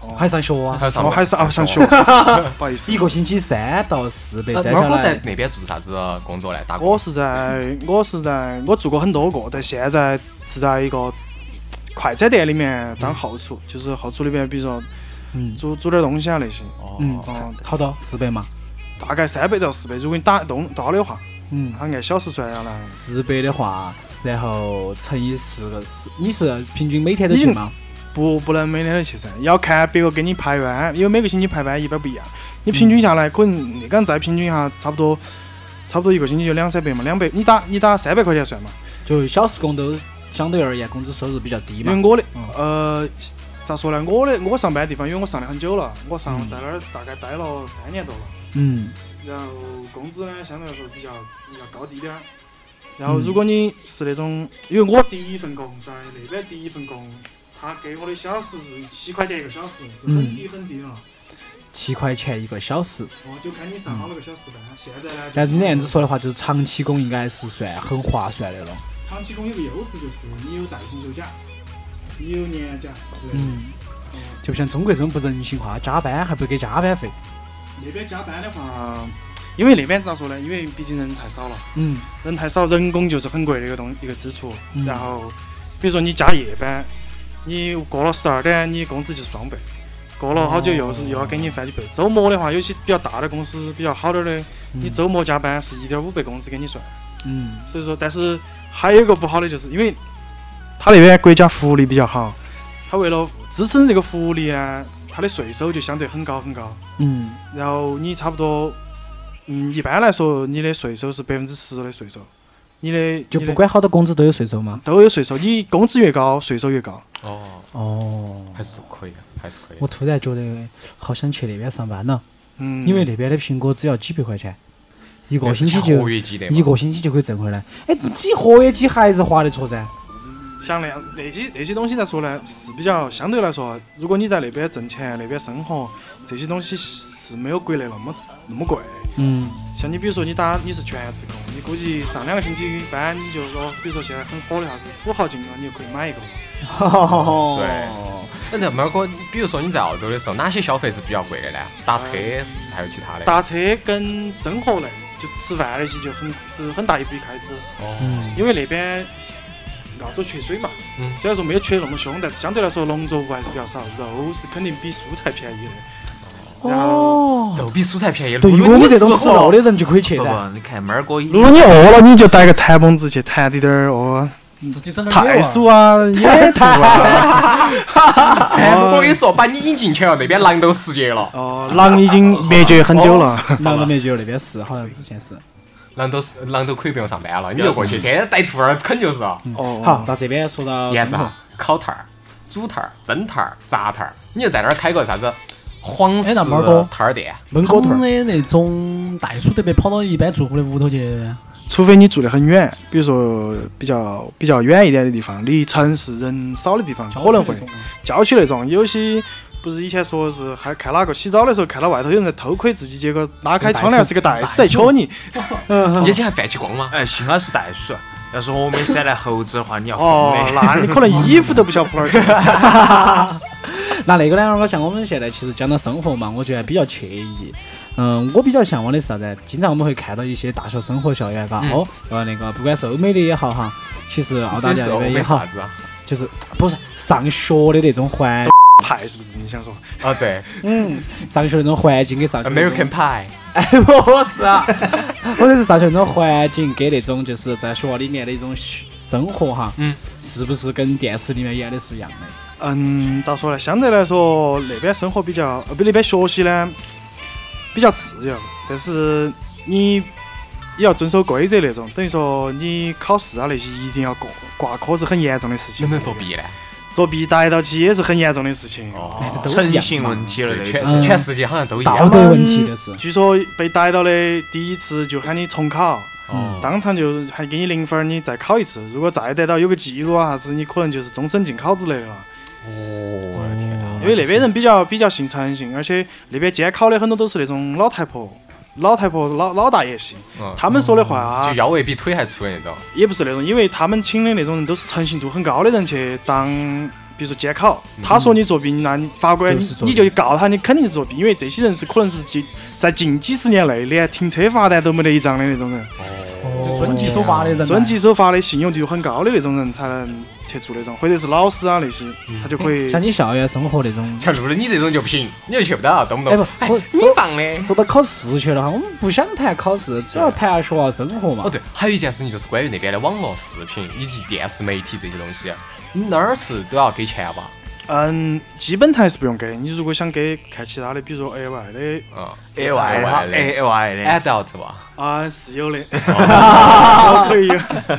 [SPEAKER 4] 哦
[SPEAKER 3] 还上学啊？
[SPEAKER 2] 还有上
[SPEAKER 4] 我
[SPEAKER 2] 班
[SPEAKER 4] 还是啊上学，， 不好意思
[SPEAKER 3] 一。个星期三到四百，
[SPEAKER 2] 那
[SPEAKER 3] 算
[SPEAKER 2] 猫
[SPEAKER 3] 下
[SPEAKER 2] 呃哥在
[SPEAKER 3] 来，
[SPEAKER 2] 那边做啥子工作呢？打工
[SPEAKER 4] 我是在我是在我做过很多个，但现在是在一个快餐店里面当后厨，就是后厨里面，比如说
[SPEAKER 3] 嗯
[SPEAKER 4] 煮煮点东西啊那些，
[SPEAKER 2] 哦，
[SPEAKER 3] 嗯，
[SPEAKER 4] 哦，
[SPEAKER 3] 好多四百嘛，
[SPEAKER 4] 大概三百到四百，如果你打得动刀的话，
[SPEAKER 3] 嗯，
[SPEAKER 4] 它按小时算下来，
[SPEAKER 3] 四百的话，然后乘以四个四，你是平均每天都去吗？
[SPEAKER 4] 不不能每天都去噻，要看别个给你排班，因为每个星期排班一般不一样，你平均下来可能那个再平均一下，差不多差不多一个星期就两三百嘛，两百你打你打三百块钱算嘛，
[SPEAKER 3] 就小时工都相对而言工资收入比较低
[SPEAKER 4] 因为
[SPEAKER 3] 嘛。
[SPEAKER 4] 我的
[SPEAKER 3] 嗯
[SPEAKER 4] 呃，咋说呢？我的我上班的地方，因为我上的很久了，我上在那儿大概待了三年多了。
[SPEAKER 3] 嗯，
[SPEAKER 4] 然后工资呢，相对来说比较比较高低点儿。然后如果你是那种，因为我第一份工在那边第一份工，他给我的小时是七块钱一个小时，是很低很低的了。
[SPEAKER 3] 七块钱一个小时。
[SPEAKER 4] 哦，就看你上好了个小时班。现在呢，
[SPEAKER 3] 但是你那样子说的话，就是长期工应该是算很划算的了。
[SPEAKER 4] 长期工有个优势就是你有带薪休假，你有年假之类的。
[SPEAKER 3] 嗯，就不像中国这种不人性化，加班还不给加班费。
[SPEAKER 4] 那边加班的话，因为那边咋说呢？因为毕竟人太少了，
[SPEAKER 3] 嗯
[SPEAKER 4] 人太少，人工就是很贵的一个东一个支出。
[SPEAKER 3] 嗯
[SPEAKER 4] 然后，比如说你加夜班，你过了十二点，你工资就是双倍。过了好久又是、又要给你翻几倍。周末的话，有些比较大的公司比较好点儿的，你周末加班是一点五倍工资给你算。
[SPEAKER 3] 嗯
[SPEAKER 4] 所以说，但是还有一个不好的就是，因为他那边国家福利比较好，他为了支撑这个福利呢，他啊的税收就相对很高很高。
[SPEAKER 3] 嗯，
[SPEAKER 4] 然后你差不多，嗯，一般来说你的税收是百分之十的税收，你的
[SPEAKER 3] 就
[SPEAKER 4] 你
[SPEAKER 3] 不
[SPEAKER 4] 的
[SPEAKER 3] 管好多工资都有税收吗？
[SPEAKER 4] 都有税收，你工资越高，税收越高。
[SPEAKER 2] 哦，
[SPEAKER 3] 哦，
[SPEAKER 2] 还是可以的，还是可以的。啊
[SPEAKER 3] 我突然觉得好想去那边上班了，
[SPEAKER 4] 嗯，
[SPEAKER 3] 因为那边的苹果只要几百块钱，一
[SPEAKER 2] 那
[SPEAKER 3] 个
[SPEAKER 2] 是
[SPEAKER 3] 星期
[SPEAKER 2] 吃
[SPEAKER 3] 就
[SPEAKER 2] 合约机的嘛，
[SPEAKER 3] 一个星期就可以挣回来。哎，几合约几还是划得着噻？
[SPEAKER 4] 像那样那些那些东西来说呢，是比较相对来说，如果你在那边挣钱，那边生活，这些东西是没有国内那么那么贵。
[SPEAKER 3] 嗯
[SPEAKER 4] 像你比如说你打你是全职工，你估计上两个星期班，你就说，比如说现在很火的啥子土豪金刚，你就可以买一个。
[SPEAKER 2] 对。那这猫哥，比如说你在澳洲的时候，哪些消费是比较贵的呢？打车是不是还有其他的？
[SPEAKER 4] 打车跟生活类，就吃饭那些就很是很大一笔开支。
[SPEAKER 2] 哦，
[SPEAKER 3] 嗯，
[SPEAKER 4] 因为那边澳洲缺水嘛，
[SPEAKER 2] 嗯
[SPEAKER 4] 虽然说没有缺得那么凶，但是相对来说农作物还是比较少，肉是肯定比蔬菜便宜的。然后，
[SPEAKER 3] 哦，
[SPEAKER 2] 肉比蔬菜便宜。
[SPEAKER 3] 对于
[SPEAKER 2] 如
[SPEAKER 3] 我
[SPEAKER 2] 果
[SPEAKER 3] 们
[SPEAKER 2] 你
[SPEAKER 3] 这种
[SPEAKER 2] 是
[SPEAKER 3] 吃肉
[SPEAKER 2] 活
[SPEAKER 3] 的人就可以去
[SPEAKER 5] 不
[SPEAKER 3] 噻。
[SPEAKER 5] 不，你看猫儿哥一
[SPEAKER 4] 如果你饿了，你就带个弹蹦子去弹滴点儿哦，
[SPEAKER 6] 自己整点野
[SPEAKER 3] 嗯太
[SPEAKER 6] 娃
[SPEAKER 3] 叔 啊，野兔啊，
[SPEAKER 2] 哎，
[SPEAKER 3] 嗯
[SPEAKER 2] 我跟你说，把你引进去了，那边狼都失节了，
[SPEAKER 3] 哦，
[SPEAKER 4] 狼已经灭绝很久了，
[SPEAKER 3] 狼都没有那边是，好像之前是。
[SPEAKER 2] 狼都是狼都可以不用上班了，你就过去天天逮兔儿啃就是了。
[SPEAKER 4] 哦，
[SPEAKER 3] 好，到这边说到
[SPEAKER 2] 盐
[SPEAKER 3] 生
[SPEAKER 2] 菜
[SPEAKER 3] 活，、
[SPEAKER 2] 烤摊儿、煮摊儿、蒸摊儿、炸摊儿，你就在那儿开个啥子黄
[SPEAKER 6] 哎
[SPEAKER 2] 石
[SPEAKER 6] 那猫儿哥
[SPEAKER 2] 摊儿店，
[SPEAKER 3] 焖
[SPEAKER 6] 他
[SPEAKER 3] 锅腿
[SPEAKER 6] 们
[SPEAKER 3] 儿，
[SPEAKER 6] 的那种袋鼠特别跑到一般住户的屋头去，
[SPEAKER 4] 除非你住得很远，比如说比较比较远一点的地方，离城市人少的地方，可能会
[SPEAKER 6] 啊
[SPEAKER 4] 郊区那种，有些不是以前说是还看哪个洗澡的时候看到外头有人在偷窥自己，结果拉开窗帘是个袋鼠在戳 你，
[SPEAKER 5] 嗯
[SPEAKER 2] 你去还泛起光吗？
[SPEAKER 5] 哎，幸好是袋鼠，要是我们山来猴子的话，你要
[SPEAKER 4] 哦
[SPEAKER 5] 疯，的。
[SPEAKER 4] 那你可能衣服都不晓得铺哪儿去。
[SPEAKER 3] 那那个呢？我像我们现在其实讲到生活嘛，我觉得比较惬意。嗯，我比较向往的是啥子？经常我们会看到一些大学生活校园，嘎、
[SPEAKER 2] 嗯
[SPEAKER 3] 哦，呃，那个不管是欧美的也好哈，其实澳大利亚
[SPEAKER 2] 是
[SPEAKER 3] 那
[SPEAKER 2] 我
[SPEAKER 3] 边也
[SPEAKER 2] 没
[SPEAKER 3] 好
[SPEAKER 2] 啥，子啊，
[SPEAKER 3] 就是不是上学的那种环，
[SPEAKER 4] 派是不是？你想说？
[SPEAKER 2] 啊对
[SPEAKER 3] 嗯，上学那种环境跟上学那种
[SPEAKER 2] ，American Pie，
[SPEAKER 3] 哎， 我是啊，或者是上学那种环境跟那种就是在学校里面的一种生活哈，
[SPEAKER 2] 嗯，
[SPEAKER 3] 是不是跟电视里面演的是一样的？
[SPEAKER 4] 嗯，咋说呢？相对来说，那边生活比较，呃，不，那边学习呢比较自由，但是你也要遵守规则那种，等于说你考试啊那些一定要过挂科是很严重的事情。
[SPEAKER 2] 能不能作弊呢？
[SPEAKER 4] 作弊逮到起也是很严重的事情。
[SPEAKER 2] 哦，
[SPEAKER 3] 哎这都是一
[SPEAKER 5] 诚
[SPEAKER 3] 样
[SPEAKER 5] 信
[SPEAKER 3] 嘛
[SPEAKER 5] 问题了，
[SPEAKER 2] 对，
[SPEAKER 5] 那个
[SPEAKER 2] 全
[SPEAKER 3] 嗯
[SPEAKER 2] 全世界好像都一
[SPEAKER 3] 道
[SPEAKER 2] 样。
[SPEAKER 3] 德问题就是。
[SPEAKER 4] 据说被逮到的第一次就喊你重考，
[SPEAKER 3] 嗯
[SPEAKER 2] 哦，
[SPEAKER 4] 当场就还给你零分儿，你再考一次。如果再得到有个记录啊啥子，你可能就是终身禁考之类的了。
[SPEAKER 3] 哦
[SPEAKER 2] 我的天哪！
[SPEAKER 4] 因为那边人比较比较信诚信，而且那边监考的很多都是那种老太婆、老太婆、老老大爷系，
[SPEAKER 2] 嗯
[SPEAKER 3] 哦
[SPEAKER 4] 他们说的
[SPEAKER 2] 就
[SPEAKER 4] 话
[SPEAKER 2] 腰围比腿还粗的那种。
[SPEAKER 4] 也不是那种，因为他们请的那种人都是诚信度很高的人去当，比如说监考，他说你作弊，那你法官
[SPEAKER 3] 嗯就
[SPEAKER 4] 你
[SPEAKER 3] 是作弊
[SPEAKER 4] 你就告他，你肯定是作弊，因为这些人是可能是近在近几十年内连停车罚单都没得一张的那种人，
[SPEAKER 6] 就遵纪守法的人嘛，
[SPEAKER 4] 遵纪守法的信用度很高的那种人才能去做那种，或者是老师啊那些，
[SPEAKER 2] 嗯
[SPEAKER 4] 他就
[SPEAKER 2] 哎
[SPEAKER 4] 可以。
[SPEAKER 3] 像你校园生活那种，
[SPEAKER 2] 像露露你这种就不行，你就去不到，懂不
[SPEAKER 3] 哎不
[SPEAKER 2] 懂？，哎，
[SPEAKER 3] 我
[SPEAKER 2] 你放的。
[SPEAKER 3] 说到考试去了哈，我们不想谈考试，主要谈下学校生活嘛
[SPEAKER 2] 哦。对，还有一件事情就是关于那边的网络视频以及电视媒体这些东西，你那儿是都要给钱吧？
[SPEAKER 4] 嗯，基本台是不用给。你如果想给看其他的，比如说 A Y 的
[SPEAKER 2] 嗯
[SPEAKER 5] A Y 的
[SPEAKER 2] 哎哎
[SPEAKER 5] ，A Y 的，
[SPEAKER 2] ，adult 吧？
[SPEAKER 4] 啊是有的，
[SPEAKER 2] 哦
[SPEAKER 4] 我可以有。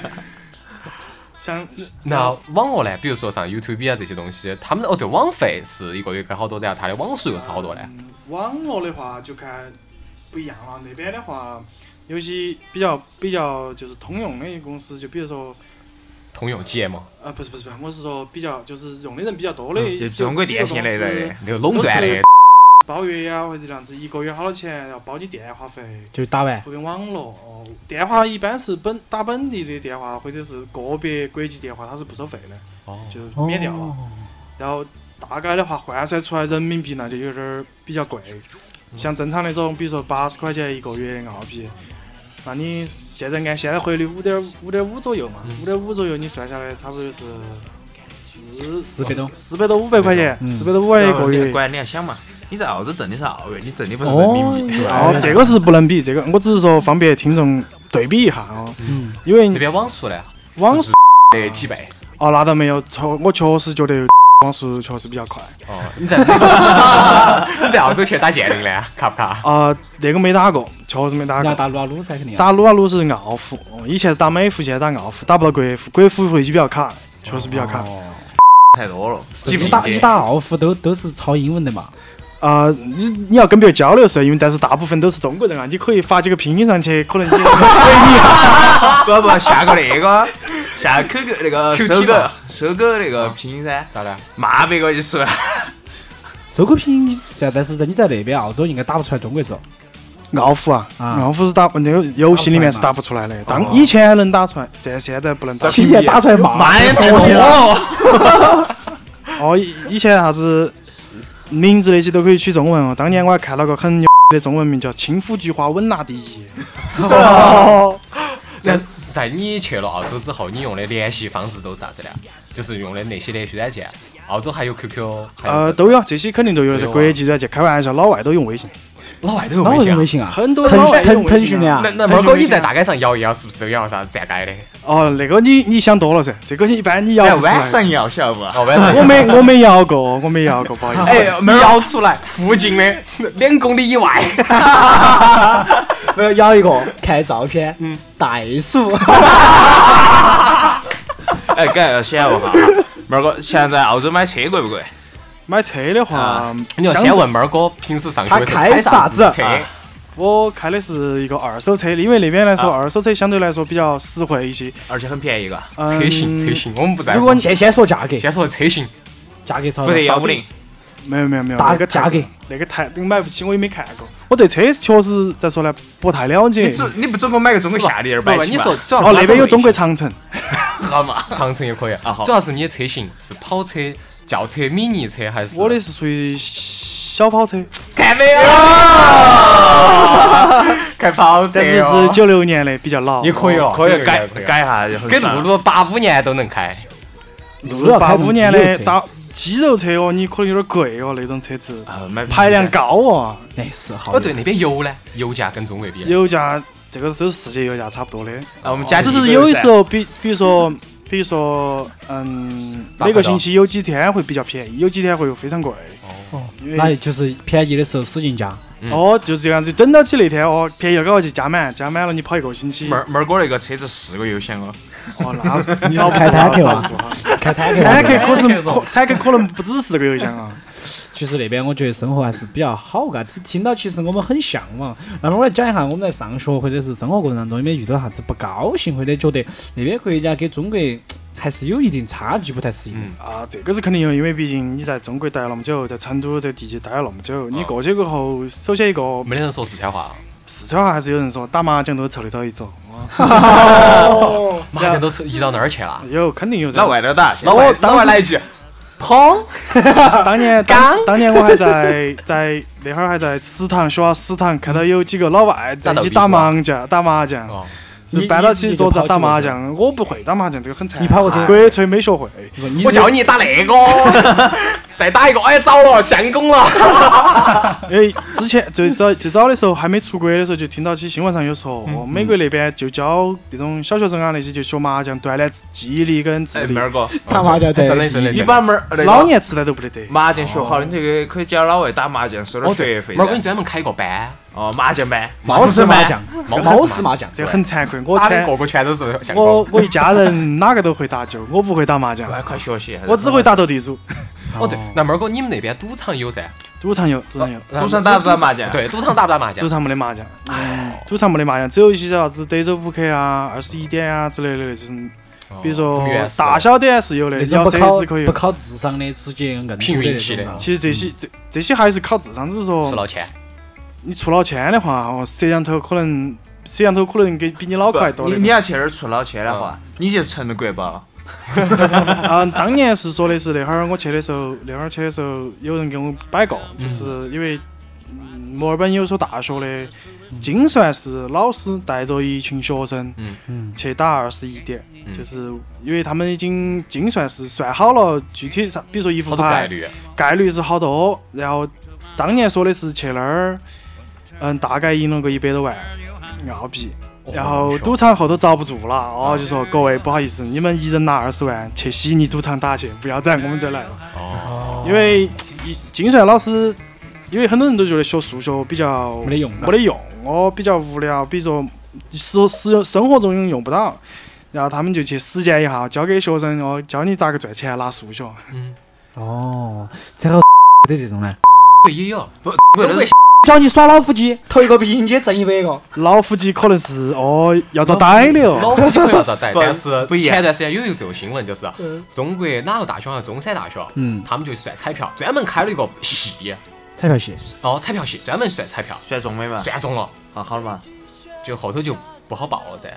[SPEAKER 4] 像
[SPEAKER 2] 那网络呢？比如说像 YouTube 啊这些东西，他们哦对，网费是一个月该好多，然后它的网速又是好多呢？
[SPEAKER 4] 嗯网络的话就看不一样了。那边的话，有些比较比较就是通用的公司，就比如说
[SPEAKER 2] 通用几 M，
[SPEAKER 4] 啊不是不是不是，我是说比较就是用的人比较多的，
[SPEAKER 5] 嗯就中国电信那一类的，
[SPEAKER 2] 那个垄断的
[SPEAKER 4] 都是包月呀或者这样子，一个月好多钱，然后包你电话费。
[SPEAKER 3] 就是打完，
[SPEAKER 4] 或者网络哦，电话一般是本打本地的电话，或者是个别国际电话，它是不收费的，
[SPEAKER 2] 哦
[SPEAKER 4] 就免掉了。然后大概的话换算出来人民币那就有点儿比较贵，像正常那种，比如说八十块钱一个月的澳币，那你现在按现在汇率五点五点五左右嘛，五点五左右你算下来差不多就是四
[SPEAKER 3] 四百多
[SPEAKER 4] 四百多五百块钱，
[SPEAKER 3] 嗯
[SPEAKER 4] 四百多五百一个月。
[SPEAKER 5] 管你要想嘛，你在澳洲挣的是澳元，你挣的不是人民币。哎
[SPEAKER 2] 哎
[SPEAKER 4] 哦，这个是不能比，这个我只是说方便听众对比一下哦，
[SPEAKER 3] 嗯，
[SPEAKER 4] 因为
[SPEAKER 2] 那边网速呢？
[SPEAKER 4] 网
[SPEAKER 2] 是的几倍？
[SPEAKER 4] 哦，那倒没有，错，我确实觉得网速确实比较快。
[SPEAKER 2] 哦，你在美国 你在澳洲去打剑灵呢？卡不卡？
[SPEAKER 4] 啊、那个没打过，确实没打
[SPEAKER 3] 你要
[SPEAKER 4] 过。
[SPEAKER 3] 打撸啊撸噻，肯定要。
[SPEAKER 4] 打撸啊撸是澳服，以前是打美服，现在打澳服，打不到国服，国服会比较卡，确实比较卡。
[SPEAKER 3] 哦
[SPEAKER 5] 太多了，
[SPEAKER 2] 几
[SPEAKER 3] 你
[SPEAKER 2] 倍
[SPEAKER 3] 打你打奥服都都是抄英文的嘛？
[SPEAKER 4] 啊、你你要跟别人交流是，因为但是大部分都是中国人啊，你可以发几个拼音上去，可能 你
[SPEAKER 5] 不不，下个那个， 下 QQ 那个
[SPEAKER 2] QQ
[SPEAKER 5] 搜狗
[SPEAKER 2] 吧，
[SPEAKER 5] 搜狗那个拼音噻，
[SPEAKER 2] 咋了？
[SPEAKER 5] 骂别个就是。
[SPEAKER 3] 搜狗拼音，但但是在你在那边澳洲应该打不出来中国 字哦。
[SPEAKER 4] 澳服啊，
[SPEAKER 3] 啊哦
[SPEAKER 4] 澳服是打那个游戏里面是打不出来的，当以前能打出来，但现在不能打。
[SPEAKER 3] 提前打出来骂，
[SPEAKER 2] 哎
[SPEAKER 5] 慢
[SPEAKER 3] 太多
[SPEAKER 5] 了，
[SPEAKER 4] 哦，以以前啥子名字那些都可以取中文哦。当年我还看到个很牛的中文名叫“青浦菊花稳拿第 一
[SPEAKER 2] 那在你去了澳洲之后，你用的联系方式都是啥子呢？就是用的那些联系软件，澳洲还有 QQ，”，还有
[SPEAKER 4] 呃啊呃，都有这些肯定都有，在国际软件开玩笑，老外都用微信。
[SPEAKER 2] 老外都用
[SPEAKER 3] 哪
[SPEAKER 2] 微
[SPEAKER 3] 会
[SPEAKER 2] 信
[SPEAKER 3] 用微
[SPEAKER 2] 啊。
[SPEAKER 3] 信啊？
[SPEAKER 4] 很多
[SPEAKER 3] 腾
[SPEAKER 4] 老外
[SPEAKER 3] 讯
[SPEAKER 4] 用
[SPEAKER 3] 腾
[SPEAKER 4] 微信
[SPEAKER 3] 腾讯的
[SPEAKER 4] 啊
[SPEAKER 2] 那
[SPEAKER 3] 呀
[SPEAKER 2] 那
[SPEAKER 4] 腾
[SPEAKER 2] 猫
[SPEAKER 4] 讯
[SPEAKER 2] 哥，
[SPEAKER 4] 微
[SPEAKER 2] 你
[SPEAKER 4] 信
[SPEAKER 2] 在
[SPEAKER 4] 啊
[SPEAKER 2] 大街上摇一摇，是不是都要啥站街的？
[SPEAKER 4] 哦，那个你你想多了噻，这个一般你摇
[SPEAKER 1] 哎，
[SPEAKER 4] 不出来
[SPEAKER 1] 哦晚上要晓得不？
[SPEAKER 2] 老外在
[SPEAKER 4] 我没我没摇过，我没摇过，不好意思。
[SPEAKER 2] 哎，没摇出来，附近的 两公里以 外。
[SPEAKER 3] 呃，摇一个看照片，
[SPEAKER 4] 嗯
[SPEAKER 3] 袋鼠，
[SPEAKER 5] 哎，刚才要先问哈，猫哥，现在澳洲买车贵不贵？
[SPEAKER 2] 啊
[SPEAKER 4] 买车的话
[SPEAKER 5] 啊，
[SPEAKER 2] 你要
[SPEAKER 4] 相
[SPEAKER 2] 先
[SPEAKER 4] 对
[SPEAKER 2] 问猫哥平时上学的时候
[SPEAKER 3] 他开啥子
[SPEAKER 2] 车？
[SPEAKER 5] 啊
[SPEAKER 4] 我开的是一个二手车，因为那边来说，
[SPEAKER 5] 啊
[SPEAKER 4] 二手车相对来说比较实惠一些。
[SPEAKER 5] 而且很便宜个，
[SPEAKER 4] 嗯，
[SPEAKER 2] 车型车型，我们不在
[SPEAKER 4] 如
[SPEAKER 2] 乎
[SPEAKER 4] 果。你
[SPEAKER 3] 先先说价格，
[SPEAKER 2] 先说车型，
[SPEAKER 3] 价格少
[SPEAKER 5] 福特幺五零，
[SPEAKER 4] 没有没有没有，
[SPEAKER 3] 大
[SPEAKER 4] 那个
[SPEAKER 3] 价格
[SPEAKER 4] 太那个太买不起，我也没看过。我对车确实咋说呢，不太了
[SPEAKER 5] 你
[SPEAKER 4] 解。
[SPEAKER 5] 只你不准给我买个中国夏利二
[SPEAKER 2] 不
[SPEAKER 5] 百
[SPEAKER 2] 不，
[SPEAKER 5] 七
[SPEAKER 2] 你
[SPEAKER 5] 吧
[SPEAKER 2] 说主要
[SPEAKER 4] 哦，那边有中国
[SPEAKER 2] 长
[SPEAKER 4] 长城，
[SPEAKER 5] 好嘛？
[SPEAKER 2] 长城也可以
[SPEAKER 5] 啊好
[SPEAKER 2] 主要是你的车型是跑车、轿车、迷你车还是？
[SPEAKER 4] 我的是属于小跑车，
[SPEAKER 2] 看没
[SPEAKER 5] 啊
[SPEAKER 2] 有？开跑车
[SPEAKER 4] 但是
[SPEAKER 2] 哦
[SPEAKER 4] 是九六年的，比较老。
[SPEAKER 2] 也可以哦，
[SPEAKER 5] 可
[SPEAKER 2] 这
[SPEAKER 5] 以
[SPEAKER 2] 个
[SPEAKER 5] 改
[SPEAKER 2] 可以哦。
[SPEAKER 5] 改一下就很
[SPEAKER 2] 跟
[SPEAKER 5] 爽
[SPEAKER 2] 露露八五年都能开，
[SPEAKER 3] 路要
[SPEAKER 4] 八
[SPEAKER 3] 开成
[SPEAKER 4] 五年
[SPEAKER 3] 肌肉
[SPEAKER 4] 的
[SPEAKER 3] 车
[SPEAKER 4] 大肌肉车哦，你可能有点贵哦，那种车子
[SPEAKER 5] 啊， 买
[SPEAKER 4] 排量高哦，
[SPEAKER 3] 哎是好
[SPEAKER 2] 哦对，，那边油呢？油价跟中国比，啊
[SPEAKER 4] 油价这个都是世界油价差不多的。
[SPEAKER 5] 啊，我们家
[SPEAKER 4] 只
[SPEAKER 5] 几
[SPEAKER 4] 是
[SPEAKER 5] 个
[SPEAKER 4] 有
[SPEAKER 5] 人
[SPEAKER 4] 的时候，比比如说，比如说，嗯，
[SPEAKER 2] 打
[SPEAKER 4] 每个
[SPEAKER 2] 牌的
[SPEAKER 4] 星期有几天会比较便宜，有几天会非常贵。因
[SPEAKER 3] 那
[SPEAKER 4] 为
[SPEAKER 3] 就是便宜的时候使 劲加，
[SPEAKER 4] 哦，就是这样子，等到起那天哦，便宜了，赶快去加满，加满了你跑一个星期
[SPEAKER 5] 妹，儿妹儿哥那个车子四个油箱哦，
[SPEAKER 4] 哦，那你
[SPEAKER 3] 要
[SPEAKER 4] 要
[SPEAKER 3] 开坦克
[SPEAKER 4] 吧
[SPEAKER 3] 吧？开坦克吧。
[SPEAKER 4] 坦克可能可坦克可能不止四个油箱啊。
[SPEAKER 3] 其实那边我觉得生活还是比较好嘎，只听到其实我们很向往。那么我来讲一下我们在上学或者是生活过程当中有没有遇到啥子不高兴，或者觉得那边国家跟中国还是有一定差距，不太适应
[SPEAKER 2] 嗯。
[SPEAKER 4] 啊，这个是肯定有，因为毕竟你在中国待了那么久，在成都这个地界待了那么久，你过去过后，首先一个
[SPEAKER 2] 没得人说四川话，啊
[SPEAKER 4] 四川话还是有人说打麻将都凑得到一桌，
[SPEAKER 2] 麻将都是移到那儿去了。
[SPEAKER 4] 有肯定有噻。
[SPEAKER 5] 啊老外都打，
[SPEAKER 2] 哦老外老外来一句，砰！
[SPEAKER 4] 当年
[SPEAKER 2] 刚
[SPEAKER 4] 当当年我还在在那会儿还在食堂学校食堂看到有几个老外
[SPEAKER 2] 打
[SPEAKER 4] 在
[SPEAKER 2] 斗
[SPEAKER 4] 一起
[SPEAKER 2] 地
[SPEAKER 4] 打
[SPEAKER 2] 主啊
[SPEAKER 4] 麻将打麻将，
[SPEAKER 2] 哦，
[SPEAKER 4] 就
[SPEAKER 3] 你
[SPEAKER 4] 搬到起桌子
[SPEAKER 3] 你自己就跑去
[SPEAKER 4] 打麻将。我不会打麻将，这个很惨。
[SPEAKER 3] 你跑过去
[SPEAKER 4] 国粹没学会。
[SPEAKER 3] 不你
[SPEAKER 2] 我
[SPEAKER 3] 这
[SPEAKER 2] 叫你打那 个，再打一个，哎，糟了，相公了。
[SPEAKER 4] 因为之前最早最早的时候还没出国的时候，就听到起新闻上有说，哦美国那边就教那种小学生啊那些就学麻将，锻炼记忆力跟智
[SPEAKER 5] 哎，
[SPEAKER 4] 力
[SPEAKER 5] 妹，儿哥，
[SPEAKER 3] 打麻哦将对
[SPEAKER 2] 真的真的。
[SPEAKER 5] 你把妹儿哎那个
[SPEAKER 4] 老年痴呆都不得得。
[SPEAKER 5] 麻将学好了，你这个可以教老外打麻将，收点
[SPEAKER 2] 哦
[SPEAKER 5] 学
[SPEAKER 2] 对，
[SPEAKER 5] 费
[SPEAKER 2] 妹儿哥，你
[SPEAKER 5] 噻。
[SPEAKER 2] 专门开一个班，
[SPEAKER 5] 哦，麻将班，
[SPEAKER 3] 猫式麻将，猫
[SPEAKER 2] 猫
[SPEAKER 3] 式
[SPEAKER 2] 式
[SPEAKER 3] 麻将，
[SPEAKER 4] 这个很惭愧，我
[SPEAKER 2] 打的
[SPEAKER 4] 全
[SPEAKER 2] 个个全都是相
[SPEAKER 4] 我
[SPEAKER 2] 公。
[SPEAKER 4] 我一家人哪个都会打，就我不会打麻将，
[SPEAKER 5] 快哎快学习。
[SPEAKER 4] 我只会打斗地主，
[SPEAKER 2] 哦对，那妹儿哥你们那边赌场有噻？
[SPEAKER 4] 赌场有赌场有。
[SPEAKER 5] 赌场打不打麻将？，
[SPEAKER 2] 对，赌场打不打麻将
[SPEAKER 4] 赌？场没得麻将，赌场没得麻将，只有一些啥子德州扑克啊、二十一点啊之类的那种，
[SPEAKER 2] 哦
[SPEAKER 4] 比如说大小点是有的，
[SPEAKER 3] 那种
[SPEAKER 4] 摇
[SPEAKER 3] 不
[SPEAKER 4] 骰
[SPEAKER 3] 考
[SPEAKER 4] 子可以
[SPEAKER 3] 不
[SPEAKER 4] 有。
[SPEAKER 3] 考智商的，啊直接硬
[SPEAKER 2] 凭运气的
[SPEAKER 4] 其实这些这这些还是靠智商，只是
[SPEAKER 2] 输
[SPEAKER 4] 说
[SPEAKER 2] 了钱，
[SPEAKER 4] 你出老千的话，哦，摄像头可能摄像头可能给比你脑壳还多
[SPEAKER 5] 你
[SPEAKER 4] 的
[SPEAKER 5] 你。要去那儿出老千的
[SPEAKER 2] 哦
[SPEAKER 5] 话，你就成了国宝。
[SPEAKER 4] 啊，当年是说的是那会儿我去的时候，那会儿去的时候有人给我摆过，就是因为嗯墨尔本有所大学的精算是老师带着一群学生
[SPEAKER 2] 嗯
[SPEAKER 3] 嗯
[SPEAKER 4] 去打二十一点，
[SPEAKER 2] 嗯
[SPEAKER 4] 就是因为他们已经精算是算好了具体啥，比如说一
[SPEAKER 2] 好
[SPEAKER 4] 副
[SPEAKER 2] 多概
[SPEAKER 4] 牌
[SPEAKER 2] 率。
[SPEAKER 4] 概率是好多，哦然后当年说的是去那儿，嗯，大概赢了个一百多万澳币。
[SPEAKER 2] 哦
[SPEAKER 4] 然后赌场后头遭不住了，哦，就说各位不好意思，你们一人拿二十万去悉尼赌场打去，不要在我们这儿来了。
[SPEAKER 2] 哦，
[SPEAKER 4] 因为一精算老师，因为很多人都觉得学数学比较
[SPEAKER 3] 没得用啊
[SPEAKER 4] 没得用，哦，比较无聊，比如说说使生活中用不到，然后他们就去实践一下，教给学生哦，教你咋个赚钱拿数学。
[SPEAKER 2] 嗯
[SPEAKER 3] 哦，然后 的这种呢，
[SPEAKER 2] 也有，
[SPEAKER 5] 不
[SPEAKER 2] 中国
[SPEAKER 3] 教你耍老虎机，投一个币迎接挣一百个。
[SPEAKER 4] 老虎机可能是哦要遭逮的
[SPEAKER 2] 老
[SPEAKER 4] 哦，
[SPEAKER 2] 虎机可以要遭逮，
[SPEAKER 5] 不
[SPEAKER 2] 但是
[SPEAKER 5] 不一样
[SPEAKER 2] 前段时间有一则新闻，就是
[SPEAKER 4] 嗯
[SPEAKER 2] 中国哪个大学，好啊像中山大学，
[SPEAKER 3] 嗯，
[SPEAKER 2] 他们就算彩票，专门开了一个系，
[SPEAKER 3] 彩票系，
[SPEAKER 2] 哦，彩票系专门算彩票，
[SPEAKER 5] 算中没嘛？
[SPEAKER 2] 算中了，
[SPEAKER 5] 啊，好了嘛，
[SPEAKER 2] 就后头就不好报了噻。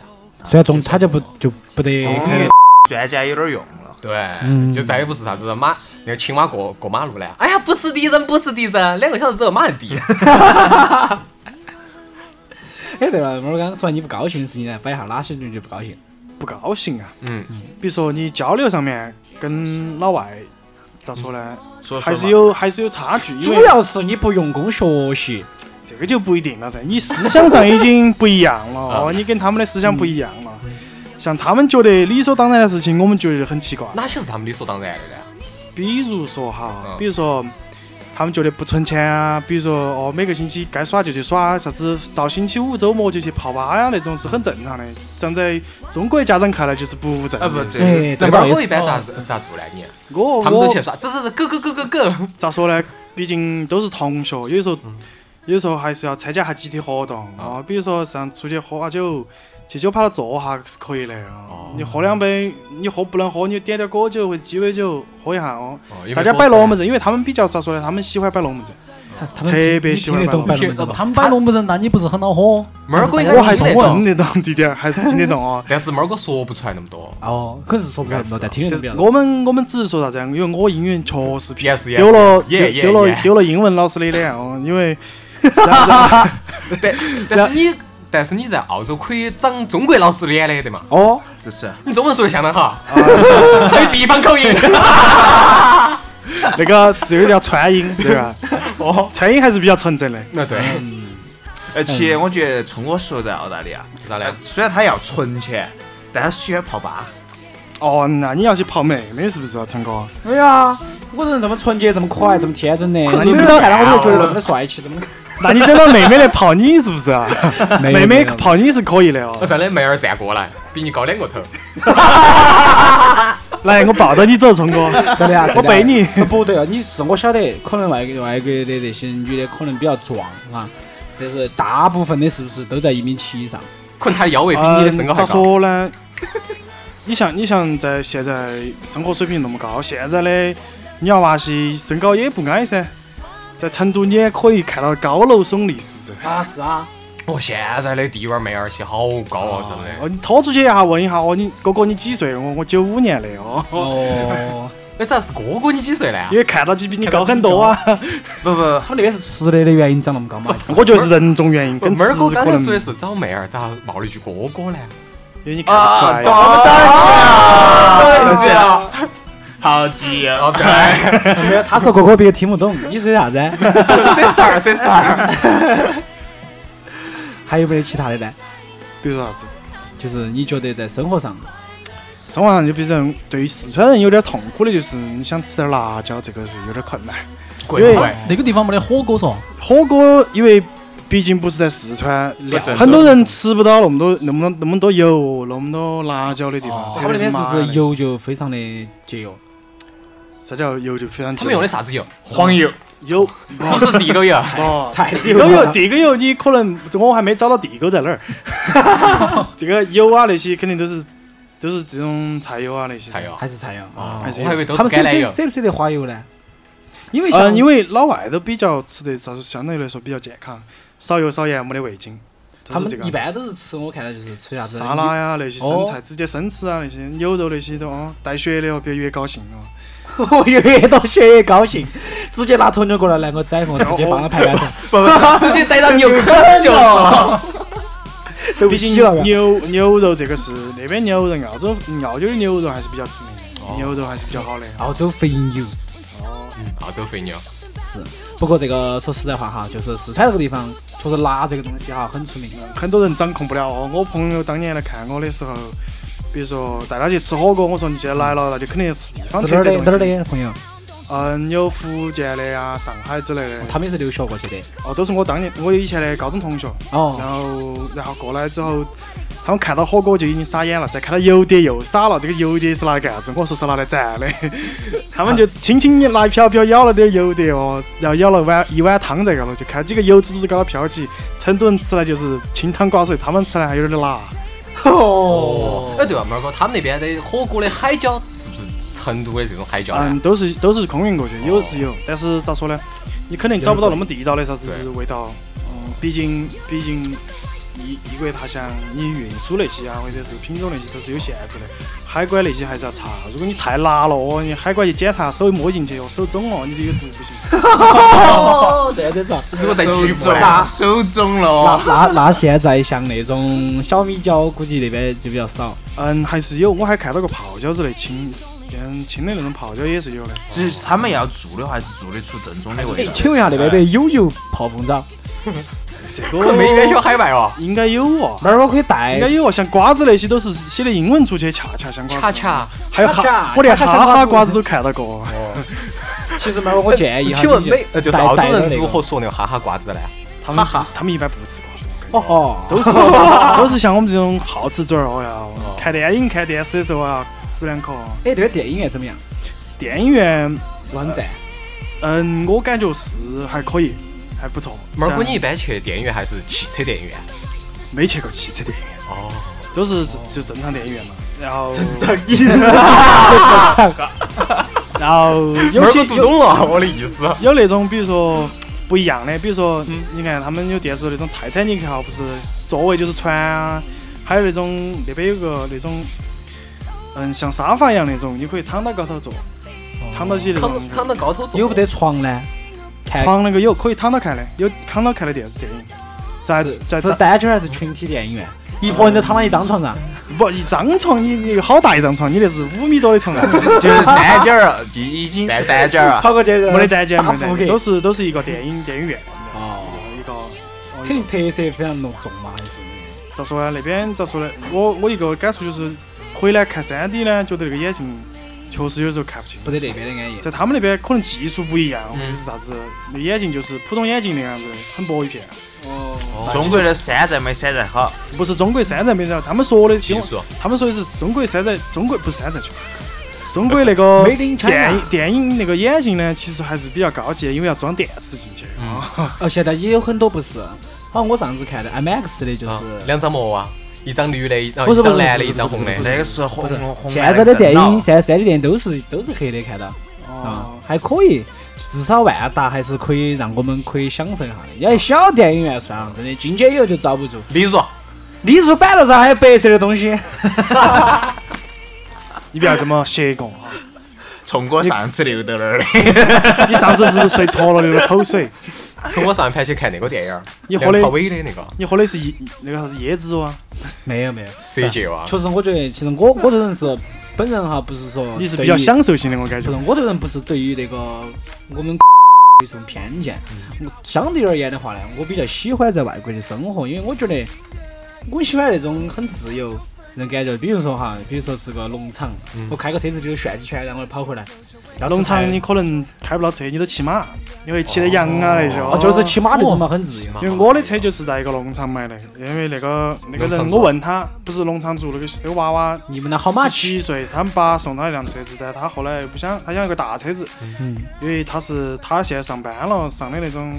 [SPEAKER 3] 虽然中他啊就不就
[SPEAKER 2] 嗯
[SPEAKER 3] 不得
[SPEAKER 5] 中
[SPEAKER 3] 开
[SPEAKER 5] 于专家有点用了。
[SPEAKER 4] 嗯
[SPEAKER 2] 对，就再也不是啥子马那个青蛙过过马路了，哎呀，不是敌人，不是敌人，两个小时之后马上敌。
[SPEAKER 3] 哎，对了，我刚刚说你不高兴的事情呢，摆一下哪些人就不高兴？
[SPEAKER 4] 不高兴啊。
[SPEAKER 2] 嗯，
[SPEAKER 4] 比如说你交流上面跟老外咋说呢，
[SPEAKER 5] 说说
[SPEAKER 4] 还
[SPEAKER 5] 嘛
[SPEAKER 4] 是有还是有差距，因
[SPEAKER 3] 主
[SPEAKER 4] 为
[SPEAKER 3] 要是你不用功学习，
[SPEAKER 4] 这个就不一定了噻，你思想上已经不一样了，
[SPEAKER 2] 啊
[SPEAKER 4] 哦，你跟他们的思想不一样了。像他们觉得理所当然的事情，我们觉得很奇怪。
[SPEAKER 2] 哪些是他们理所当然的呢？
[SPEAKER 4] 比如说哈
[SPEAKER 2] 嗯，
[SPEAKER 4] 比如说他们觉得不存钱啊，比如说哦每个星期该耍就去耍，啥子到星期五周末就去泡吧呀，那种是很正常的。站在中国家长看来就是不务正
[SPEAKER 2] 啊不，
[SPEAKER 4] 业。
[SPEAKER 2] 这
[SPEAKER 3] 哎
[SPEAKER 2] 这
[SPEAKER 3] 这不好
[SPEAKER 2] 帮
[SPEAKER 3] 意
[SPEAKER 2] 我
[SPEAKER 3] 思
[SPEAKER 2] 一般咋子咋做呢？你
[SPEAKER 4] 哦我
[SPEAKER 2] 他们都
[SPEAKER 4] 我
[SPEAKER 2] 去耍，这这这，go go go go go。
[SPEAKER 4] 咋说呢？毕竟都是同学，有时候、有时候还是要参加下集体活动
[SPEAKER 2] 啊
[SPEAKER 4] 啊，比如说上出去喝下酒，去酒吧头坐下是可以的
[SPEAKER 2] 哦
[SPEAKER 4] 啊。你喝两杯，你喝不能喝，你点点果酒或者鸡尾酒喝一下哦。
[SPEAKER 2] 哦
[SPEAKER 4] 大家摆龙门阵，因为他们比较咋说呢？他们喜欢摆龙门阵。
[SPEAKER 3] 他
[SPEAKER 4] 们
[SPEAKER 3] 们
[SPEAKER 4] 特别喜欢
[SPEAKER 3] 听得懂摆
[SPEAKER 4] 摆龙
[SPEAKER 2] 门
[SPEAKER 3] 龙门
[SPEAKER 2] 阵
[SPEAKER 3] 阵
[SPEAKER 2] 吧
[SPEAKER 3] 吧？
[SPEAKER 6] 他们摆龙门阵，那你不是很恼火？
[SPEAKER 2] 猫儿哥应该
[SPEAKER 4] 我还是
[SPEAKER 2] 听得
[SPEAKER 4] 混
[SPEAKER 2] 懂，。
[SPEAKER 4] 得懂弟点，还是听得懂 哦
[SPEAKER 2] 但是猫儿哥说不出来那么多。
[SPEAKER 3] 哦，可能是说 不出来那么多，但听得
[SPEAKER 4] 就
[SPEAKER 3] 懂比
[SPEAKER 4] 是
[SPEAKER 3] 较多。
[SPEAKER 4] 我们我们只是说啥子啊？因为我英语确实
[SPEAKER 2] 也是也
[SPEAKER 4] 丢了丢
[SPEAKER 2] 也
[SPEAKER 4] 丢了丢了英文老师的脸哦，因为
[SPEAKER 2] 但 但是你但是你在澳洲可以长中国老师脸的，对嘛？
[SPEAKER 4] 哦，
[SPEAKER 1] 这是
[SPEAKER 2] 你中文说的相当好，
[SPEAKER 4] 啊
[SPEAKER 2] 还有地方口音。
[SPEAKER 4] 那个这个叫川音，对吧？ 哦，川音还是比较纯正的。
[SPEAKER 2] 那对，
[SPEAKER 1] 而
[SPEAKER 2] 嗯
[SPEAKER 1] 且我觉得从我说在澳大利亚，
[SPEAKER 2] 咋
[SPEAKER 1] 呃
[SPEAKER 2] 嘞？
[SPEAKER 1] 虽然他要存钱，但他喜欢泡吧。
[SPEAKER 4] 哦，那你要去泡妹妹是不是啊，陈哥？
[SPEAKER 3] 对哎呀，我人这么纯洁，这么可爱，这么天真的，
[SPEAKER 4] 可
[SPEAKER 3] 你
[SPEAKER 4] 是
[SPEAKER 3] 们看到我就觉得那么帅气，这么
[SPEAKER 4] 那你等到妹妹来泡你是不是啊？ 妹妹
[SPEAKER 3] 可
[SPEAKER 4] 泡你是可以的
[SPEAKER 2] 我
[SPEAKER 4] 哦。
[SPEAKER 2] 真的妹儿站过来，比你高两个头。
[SPEAKER 4] 啊来，我抱着你走，陈 哥。
[SPEAKER 3] 真的啊，
[SPEAKER 4] 我背你。
[SPEAKER 3] 不对啊，你是我晓得，可能外国外国的那些女的可能比较壮啊，但是大部分的是不是都在一米七以上？
[SPEAKER 2] 可能他的腰围比
[SPEAKER 4] 嗯，
[SPEAKER 2] 你的身高还
[SPEAKER 4] 咋
[SPEAKER 2] 高。
[SPEAKER 4] 说呢？ 你像你像在现在生活水平那么高，现在的你要娃些身高也不矮噻，在成都你也可以看到高楼耸立，是不是？
[SPEAKER 3] 啊，是啊，
[SPEAKER 2] 哦，现在的地娃妹儿些好高哦，真的。
[SPEAKER 4] 哦，你拖出去一下问一下，哦，你哥哥你几岁？我我九五年的哦，
[SPEAKER 3] 哦，
[SPEAKER 2] 那哎咋是哥哥？你几岁呢
[SPEAKER 4] 因？为看到起比你高很多啊。
[SPEAKER 1] 不不，
[SPEAKER 3] 他们那边是吃的的原因长那么高嘛？
[SPEAKER 4] 我觉得是人种原因，
[SPEAKER 2] 不
[SPEAKER 4] 跟
[SPEAKER 2] 妹儿哥
[SPEAKER 4] 吃
[SPEAKER 2] 刚
[SPEAKER 4] 可
[SPEAKER 2] 才
[SPEAKER 4] 能
[SPEAKER 2] 说的是找妹儿，咋冒了一句哥哥呢？
[SPEAKER 4] 因为你看啊
[SPEAKER 2] 啊
[SPEAKER 4] 得出来呀。
[SPEAKER 1] 啊，对啊，好急哦！
[SPEAKER 2] 对，
[SPEAKER 3] 没有，他说哥哥别个听不懂，你说的啥子？
[SPEAKER 2] 三十二，三十二。
[SPEAKER 3] 还有没得其他的呢？
[SPEAKER 4] 比如说啥子？
[SPEAKER 3] 就是你觉得在生活上，
[SPEAKER 4] 生活上就比如说，对于四川人有点痛苦的就是，你想吃点辣椒，这个是有点困难。
[SPEAKER 2] 滚
[SPEAKER 4] 因为
[SPEAKER 3] 啊
[SPEAKER 2] 回
[SPEAKER 6] 那个地方没得火锅嗦，
[SPEAKER 4] 火锅，因为毕竟不是在四川，
[SPEAKER 2] 不正
[SPEAKER 4] 很多人吃不到那么多、那么多、那么多油、那么多辣椒的地方。
[SPEAKER 3] 哦他们那边是不是油就非常的节约？
[SPEAKER 4] 啥叫油就非常？
[SPEAKER 2] 他们用的啥子油？
[SPEAKER 1] 黄油，
[SPEAKER 4] 油
[SPEAKER 2] 是不是地沟 油？
[SPEAKER 4] 哦，
[SPEAKER 3] 菜
[SPEAKER 4] 地
[SPEAKER 3] 籽
[SPEAKER 4] 沟油，
[SPEAKER 3] 油，
[SPEAKER 4] 地沟油你可能我还没找到地沟在哪儿。 这个油啊那些肯定都是都是这种菜油啊那些。
[SPEAKER 2] 菜。油。
[SPEAKER 3] 还是菜油啊？
[SPEAKER 2] 我哦还以为都是
[SPEAKER 3] 他们舍
[SPEAKER 2] 橄
[SPEAKER 3] 不
[SPEAKER 2] 榄
[SPEAKER 3] 舍
[SPEAKER 2] 油。
[SPEAKER 3] 舍不舍得花油呢？呃因为
[SPEAKER 4] 嗯，
[SPEAKER 3] 像
[SPEAKER 4] 因为老外都比较吃的，咋说相对来说比较健康，少油少盐，没得味精。都是
[SPEAKER 3] 他
[SPEAKER 4] 这个
[SPEAKER 3] 们一
[SPEAKER 4] 样子
[SPEAKER 3] 般都是吃，我看到就是吃啥子
[SPEAKER 4] 沙拉呀，那些
[SPEAKER 3] 哦
[SPEAKER 4] 生菜直接生吃啊，那些牛肉那些都哦，带血的哦，别越高兴哦。
[SPEAKER 3] 我越多血越高兴，直接拿铜牛过来，来我宰我，直接帮他排排头，
[SPEAKER 2] 不不，直接逮到牛啃就是
[SPEAKER 4] 啊
[SPEAKER 2] 了。
[SPEAKER 3] 都啊
[SPEAKER 4] 毕竟
[SPEAKER 3] 了嘎。
[SPEAKER 4] 牛牛肉这个是那边牛肉，澳洲澳洲的牛肉还是比较出名
[SPEAKER 2] 哦
[SPEAKER 4] 的，牛肉还是比较好的。
[SPEAKER 3] 澳洲肥牛
[SPEAKER 2] 澳洲肥牛，
[SPEAKER 3] 是，不过这个说实在话哈，就是四川这个地方，确实辣这个东西哈很出名。
[SPEAKER 4] 很多人掌控不了哦。我朋友当年来看我的时候，比如说带他去吃火锅，我说你既然来了，那就肯定要吃地方
[SPEAKER 3] 是
[SPEAKER 4] 特
[SPEAKER 3] 哪儿的
[SPEAKER 4] 色
[SPEAKER 3] 哪儿
[SPEAKER 4] 东西。
[SPEAKER 3] 的朋友？
[SPEAKER 4] 嗯，有福建的呀，上海之类的，
[SPEAKER 3] 他们也是留学过去的。
[SPEAKER 4] 哦，都是我当年我以前的高中同学。然
[SPEAKER 3] 哦，
[SPEAKER 4] 后然后过来之后，他们看到火锅就已经傻眼了，再看到油碟又傻了，这个油碟是拿来干啥子？我说是拿来蘸的。他们就轻轻地拿瓢瓢舀了点油碟哦，然后舀了碗一碗汤在高头，就看几个油珠子高头飘起。成都人吃来就是清汤寡水，他们吃来还有点辣。哦
[SPEAKER 2] 哎对了，猫儿哥，他们那边的火锅的海椒是不是成都的这种海椒
[SPEAKER 4] 嗯
[SPEAKER 2] 呢？，
[SPEAKER 4] 都是都是空运过去，有是有，但是咋说呢？你肯定找不到那么地道的啥子
[SPEAKER 2] 对
[SPEAKER 4] 味道。嗯，毕竟毕竟异异国他乡，你运输那些啊，或者是品种那些都是有限制的。海关那些还是要查，如果你太辣了，哦，你海关一检查，手一摸进去，哦，手肿了，你就有毒不行。
[SPEAKER 3] 哦，这样子啊。
[SPEAKER 2] 如果在局部
[SPEAKER 1] 手肿
[SPEAKER 2] 呢？
[SPEAKER 1] 手肿了 哦
[SPEAKER 3] 那。那那现在像那种小米椒，估计那边就比较少。
[SPEAKER 4] 嗯，还是有，我还看到个泡椒之类青，嗯，青的那种泡椒也是有的。
[SPEAKER 3] 哎
[SPEAKER 1] 其实他们要做的话，还是做得出正宗的味道。
[SPEAKER 3] 请问一下，那边的有油泡凤爪？
[SPEAKER 4] 这
[SPEAKER 2] 可
[SPEAKER 4] 个
[SPEAKER 2] 没远销海外哦。
[SPEAKER 4] 应该有啊，
[SPEAKER 3] 那儿我可以
[SPEAKER 4] 应该
[SPEAKER 3] 带，
[SPEAKER 4] 有啊，像瓜子那些都是写的英文出去，恰恰相关。
[SPEAKER 2] 恰恰，
[SPEAKER 4] 还有
[SPEAKER 3] 恰恰
[SPEAKER 4] 哈，我连
[SPEAKER 3] 恰恰
[SPEAKER 4] 哈哈
[SPEAKER 3] 相关
[SPEAKER 4] 瓜子都看到过。
[SPEAKER 3] 其实那儿我建议哈，
[SPEAKER 2] 请问
[SPEAKER 3] 你
[SPEAKER 2] 美呃就是
[SPEAKER 3] 带
[SPEAKER 2] 澳洲
[SPEAKER 3] 带
[SPEAKER 2] 人
[SPEAKER 3] 的那
[SPEAKER 2] 如
[SPEAKER 3] 个
[SPEAKER 2] 何说那个哈哈瓜子呢？
[SPEAKER 4] 他们他们一般不吃瓜子，
[SPEAKER 3] 哦哦，
[SPEAKER 4] 都是都是像我们这种好吃嘴儿哦呀。看电影、看电视的时候啊，吃两口。
[SPEAKER 3] 哎，这边电影院怎么样？
[SPEAKER 4] 电影院，
[SPEAKER 3] 是不是很 赞？
[SPEAKER 4] 嗯，我感觉是还可以，还不错。
[SPEAKER 2] 猫儿哥，
[SPEAKER 4] 像
[SPEAKER 2] 你一般去电影院还是汽车电影院？
[SPEAKER 4] 没去过汽车电影院，
[SPEAKER 2] 哦，
[SPEAKER 4] 都是就正常电影院嘛。然 后，
[SPEAKER 3] 啊
[SPEAKER 4] 然后有
[SPEAKER 2] 猫儿哥
[SPEAKER 4] 些
[SPEAKER 2] 读
[SPEAKER 4] 有
[SPEAKER 2] 懂了我的 意思。
[SPEAKER 4] 有那种，比如说不一样的，比如说
[SPEAKER 2] 嗯
[SPEAKER 4] 你看他们有电视那种泰坦尼克号，不是座位就是船啊，还有那种那边有个那种，嗯，像沙发一样那种，你可以躺到高头坐，躺到起那
[SPEAKER 2] 躺
[SPEAKER 4] 种
[SPEAKER 2] 躺到高头坐，
[SPEAKER 3] 有不得床呢？看
[SPEAKER 4] 床那个有可以躺到看的，有躺到看的电视电影，在在
[SPEAKER 3] 是
[SPEAKER 4] 在
[SPEAKER 3] 单间还是群体电影院？一拨人都躺到一张床上，
[SPEAKER 4] 不一张床，你你好大一张床，你那是五米多的床啊，
[SPEAKER 5] 就是单间儿，已已经是单间儿啊。
[SPEAKER 3] 跑过去
[SPEAKER 4] 没得单间，
[SPEAKER 3] 大
[SPEAKER 4] 没 得单
[SPEAKER 3] 铺
[SPEAKER 4] 间，
[SPEAKER 3] 盖
[SPEAKER 4] 都是都是一个电影电影院，
[SPEAKER 3] 哦，
[SPEAKER 4] 一个
[SPEAKER 3] 肯定特色非常浓重嘛，还是
[SPEAKER 4] 咋说呢？那边咋说呢？我我一个感触就是，回来看 3D 呢，觉得那个眼镜确实有时候看不清。
[SPEAKER 3] 不得那边的安逸。
[SPEAKER 4] 在他们那边可能技术不一样，或
[SPEAKER 5] 嗯
[SPEAKER 4] 者是啥子，那眼镜就是普通眼镜那样子，很薄一片。
[SPEAKER 5] 中国的山寨没山寨好，
[SPEAKER 4] 不是中国山寨没人，他们说的
[SPEAKER 2] 技术，
[SPEAKER 4] 他们说的是中国山寨，中国不是山寨去。中国那个
[SPEAKER 3] Made in
[SPEAKER 4] 电
[SPEAKER 3] China
[SPEAKER 4] 影电影那个眼镜呢，其实还是比较高级的，因为要装电池进去。
[SPEAKER 3] 哦，现在也有很多不是，好像我上次看的 IMAX 的就
[SPEAKER 2] 啊
[SPEAKER 3] 是，
[SPEAKER 2] 两张膜啊，一张绿的，然后
[SPEAKER 3] 不是
[SPEAKER 2] 一
[SPEAKER 3] 不是
[SPEAKER 2] 张蓝的，
[SPEAKER 3] 不是
[SPEAKER 2] 一张红的。
[SPEAKER 5] 那个是红红红
[SPEAKER 3] 现在的电影，现在三 D 电影都是都是黑的，看到啊
[SPEAKER 4] 哦，，
[SPEAKER 3] 还可以，至少万达还是可以让我们可以享受一下的。要是小电影院算了，真的进去以后就遭不住。
[SPEAKER 2] 例如，
[SPEAKER 3] 立柱板凳上还有白色的东西，
[SPEAKER 4] 你不要这么邪恶啊！
[SPEAKER 1] 冲哥上次留到那儿的，
[SPEAKER 4] 你上次是不是睡着了流了口水？
[SPEAKER 2] 从我上一排去看那个电影儿，
[SPEAKER 4] 你喝
[SPEAKER 2] 梁
[SPEAKER 4] 的
[SPEAKER 2] 朝伟的那个《
[SPEAKER 4] 你喝的是椰那个啥子椰子哦哇？
[SPEAKER 3] 没有没有。
[SPEAKER 2] 色戒》啊，
[SPEAKER 3] 确实，我觉得其实我我这人是本人哈，不是说
[SPEAKER 4] 你是
[SPEAKER 3] 哦对
[SPEAKER 4] 比
[SPEAKER 3] 于
[SPEAKER 4] 较享受型的，我感
[SPEAKER 3] 不
[SPEAKER 4] 觉
[SPEAKER 3] 是。我这个人不是对于那个我们有一种偏见。我相对而言的话呢，我比较喜欢在外国的生活，因为我觉得我喜欢那种很自由那种感觉。比如说哈，比如说是个农场，我开个车子就旋几圈，然后跑回来。要吃
[SPEAKER 4] 农场
[SPEAKER 3] 菜
[SPEAKER 4] 你可能开不了车，你都骑马，你会骑的羊啊那些。
[SPEAKER 3] 哦，就是骑马那种嘛，很自由。
[SPEAKER 4] 因为我的车就是在一个农场买的，因为那个那个
[SPEAKER 2] 农场
[SPEAKER 4] 人，
[SPEAKER 2] 主
[SPEAKER 4] 我问他，不是农场主那个那个娃娃，
[SPEAKER 3] 你们那好马骑，
[SPEAKER 4] 七岁，他们爸送他一辆车子，但他后来不想，他想要个大车子，
[SPEAKER 3] 嗯，
[SPEAKER 4] 因为他是他现在上班了，上的那种